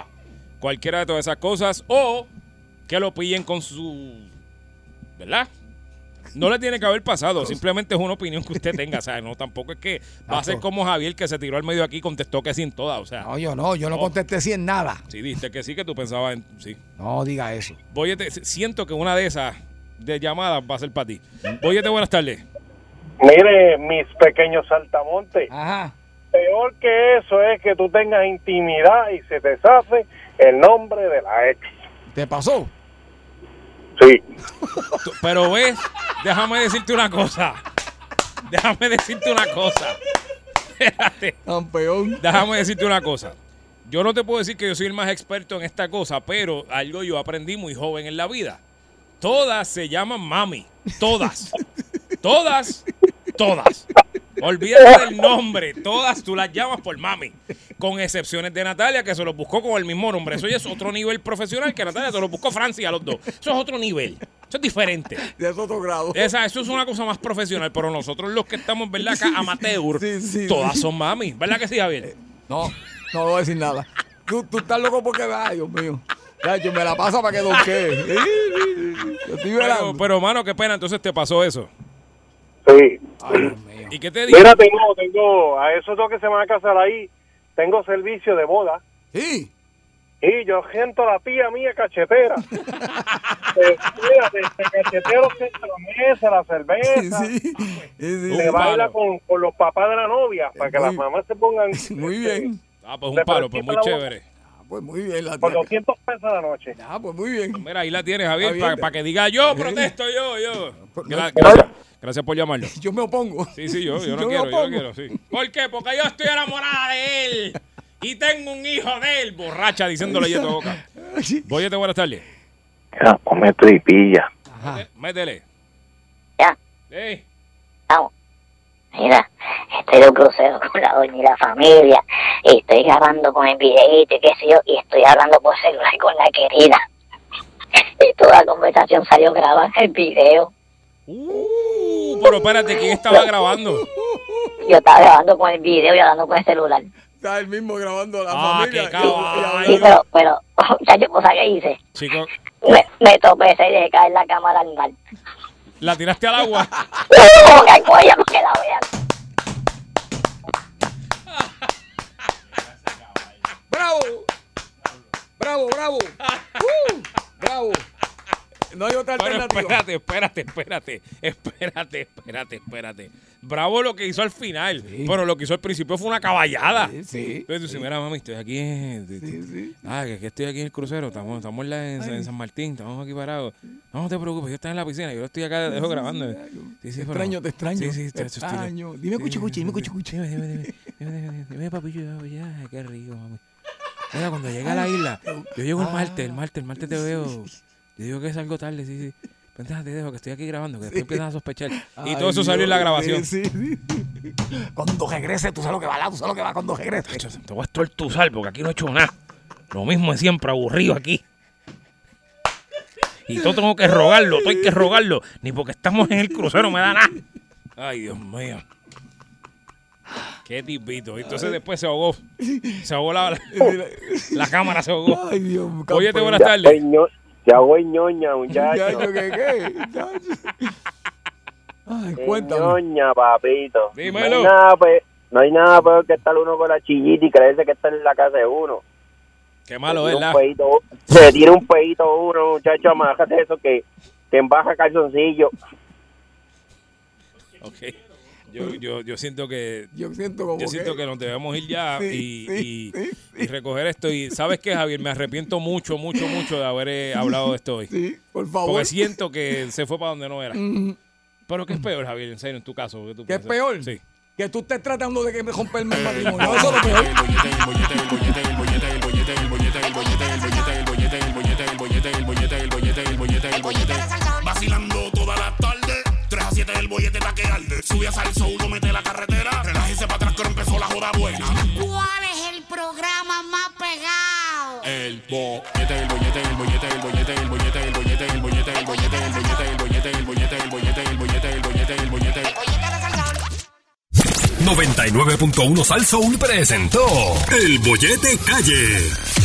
Speaker 8: Cualquiera de todas esas cosas, o que lo pillen con su. ¿Verdad? No le tiene que haber pasado,
Speaker 4: Pues.
Speaker 8: simplemente es una opinión que usted tenga. O sea, no tampoco es que va a ser como Javier que se tiró al medio aquí y contestó que sí en todas. O sea, Oh,
Speaker 4: No, yo no, yo no contesté si en nada.
Speaker 8: sí, diste que sí, que tú pensabas en. Sí.
Speaker 4: No diga eso.
Speaker 8: Boyete, siento que una de esas de llamadas va a ser para ti. Boyete, buenas tardes.
Speaker 13: Mire, mis pequeños saltamontes.
Speaker 4: Ajá.
Speaker 13: Peor que eso es que tú tengas intimidad y se te safe el nombre de la ex.
Speaker 4: ¿Te pasó?
Speaker 13: Sí.
Speaker 8: Pero ves, déjame decirte una cosa. Déjame decirte una cosa. Espérate.
Speaker 4: Campeón.
Speaker 8: Déjame decirte una cosa. Yo no te puedo decir que yo soy el más experto en esta cosa, pero algo yo aprendí muy joven en la vida. Todas se llaman mami. Todas. Todas. Todas. Olvídate del nombre. Todas tú las llamas por mami. Con excepciones de Natalia, que se los buscó con el mismo nombre. Eso ya es otro nivel profesional que Natalia se los buscó Francia a los dos. Eso es otro nivel. Eso Eso es diferente.
Speaker 4: De es otro grado.
Speaker 8: eso es una cosa más profesional, pero nosotros los que estamos, ¿verdad? Acá, amateur, todas
Speaker 4: sí. Eh,
Speaker 8: son mami. ¿Verdad que sí, Javier?
Speaker 4: No, no voy a decir nada. Tú, tú estás loco porque, ay, Dios mío. Ya, yo me la paso para que doque.
Speaker 8: Pero, pero, mano, qué pena. Entonces te pasó eso.
Speaker 13: Sí.
Speaker 8: ¿Y qué te dijo?
Speaker 13: Mira, tengo, tengo, a esos dos que se van a casar ahí, tengo servicio de boda.
Speaker 4: Sí.
Speaker 13: Y yo siento la pía mía cachetera. Eh, mira, te, te cacheteo los pies de la mesa, la cerveza. Le
Speaker 8: Un
Speaker 13: baila
Speaker 8: palo.
Speaker 13: con, con los papás de la novia para que
Speaker 8: muy-
Speaker 13: las mamás se pongan. este,
Speaker 4: Muy bien.
Speaker 8: Ah, pues un palo, pues muy chévere.
Speaker 4: Pues muy bien. La
Speaker 13: Por 200 pesos a la noche.
Speaker 4: Ah, pues muy bien.
Speaker 8: Mira, ahí la tienes, Javier,
Speaker 4: Está
Speaker 8: para
Speaker 4: bien.
Speaker 8: que diga yo protesto, yo, yo. Gra-
Speaker 4: no.
Speaker 8: gracias, gracias por llamarlo.
Speaker 4: Yo me opongo.
Speaker 8: Sí, sí, yo, yo no
Speaker 4: Yo me
Speaker 8: quiero, yo no
Speaker 4: opongo.
Speaker 8: quiero, sí. ¿Por qué? Porque yo estoy enamorada de él y tengo un hijo de él, borracha, diciéndole yo a boca. Voy buenas tardes.
Speaker 14: Ya, come tripilla.
Speaker 8: Mete- Métele.
Speaker 7: Ya.
Speaker 8: Ey.
Speaker 7: Vamos. Mira, estoy de un crucero con la doña y la familia. Y estoy grabando con el videíto y qué sé yo. Y estoy hablando por celular con la querida. Y toda la conversación salió grabada en el video.
Speaker 8: Uh, pero espérate, ¿quién estaba grabando?
Speaker 7: Yo estaba grabando con el video y hablando con el celular.
Speaker 4: Está él mismo grabando la
Speaker 8: Ah,
Speaker 4: familia.
Speaker 8: qué caballo.
Speaker 7: Sí, pero, pero, muchachos, cosa que hice.
Speaker 8: Chico,
Speaker 7: Me, me topé y dejé caer la cámara al mar.
Speaker 8: la tiraste al agua.
Speaker 7: Porque hay cuello, porque la vean.
Speaker 4: ¡Bravo! ¡Bravo, bravo! ¡Uh! ¡Bravo! No hay otra
Speaker 8: Pero
Speaker 4: alternativa.
Speaker 8: espérate, espérate, espérate, espérate, espérate, espérate. Bravo lo que hizo al final, pero lo que hizo al principio fue una caballada.
Speaker 4: Sí, sí.
Speaker 8: Pero tú dices, mira, mami, estoy aquí. en- Ah, que, que estoy aquí en el crucero. Estamos, estamos en, la- en San- en San Martín, estamos aquí parados. No, no te preocupes, yo estoy en la piscina, yo estoy acá, dejo
Speaker 4: sí,
Speaker 8: grabando.
Speaker 4: sí,
Speaker 8: Sí, sí,
Speaker 4: Te
Speaker 8: pero-
Speaker 4: extraño, te extraño.
Speaker 8: Sí, sí,
Speaker 4: te extraño. Dime cuchi, cuchi, dime cuchi, cuchi.
Speaker 8: Dime, dime, dime. Dime, dime, papi, yo, ya, qué rico, mami. Mira, cuando llegue a la isla, yo llego el
Speaker 4: Ah.
Speaker 8: martes, el martes, el martes te veo. Yo digo que salgo tarde, sí, sí. Vente, te dejo que estoy aquí grabando, que después empiezan a sospechar. Y todo eso salió en la grabación.
Speaker 4: Cuando regrese, tú sabes lo que va, tú sabes lo que va cuando regrese.
Speaker 8: Te voy a estortuzar porque aquí no he hecho nada. Lo mismo es siempre aburrido aquí. Y todo tengo que rogarlo, todo hay que rogarlo. Ni porque estamos en el crucero me da nada. Ay, Dios mío. Qué tipito. Y Entonces después se ahogó. Se ahogó la, la, la cámara, se ahogó.
Speaker 4: Ay, Dios
Speaker 8: Oye, te buenas
Speaker 13: Ya
Speaker 8: tardes.
Speaker 13: voy ño- Ya voy ñoña, muchacho.
Speaker 4: Muchacho, ¿qué, qué? Muchacho. Ay,
Speaker 13: Sí,
Speaker 4: cuéntame.
Speaker 13: ñoña, papito.
Speaker 4: Dímelo.
Speaker 13: No hay nada, pe- no hay nada peor que estar uno con la chillita y creerse que está en la casa de uno.
Speaker 8: Qué malo es
Speaker 13: Tiene un
Speaker 8: la.
Speaker 13: peito- se tira un peito uno, muchacho, amájate eso que te embaja calzoncillo.
Speaker 8: Ok. Yo, yo, yo siento que.
Speaker 4: Yo siento como
Speaker 8: Yo siento que nos debemos ir ya
Speaker 4: Sí,
Speaker 8: y, y- y recoger esto. Y sabes qué, Javier, me arrepiento mucho, mucho, mucho de haber eh, hablado de esto hoy.
Speaker 4: Sí, por favor.
Speaker 8: Porque siento que se fue para donde no era.
Speaker 4: Ujú.
Speaker 8: Pero qué es peor, Javier, en serio, en tu caso. ¿Qué, tú
Speaker 4: ¿Qué es
Speaker 8: piensas?
Speaker 4: peor?
Speaker 8: Sí.
Speaker 4: Que tú estés tratando de que me romperme el matrimonio. Eso es lo peor.
Speaker 2: Vacilando toda la tarde, 3 a 7 el bollete está que arde. Sube a salso, uno mete la carretera. Relájese para atrás que ahora empezó la joda buena.
Speaker 15: ¿Cuál es el programa más pegado?
Speaker 2: El bollete, el bollete, el bollete, el bollete, el bollete, el bollete, el bollete, el bollete, el bollete, el bollete, el bollete, el bollete, el bollete, el bollete, el bollete.
Speaker 1: 99.1 Sal Soul presentó El Bollete Calle.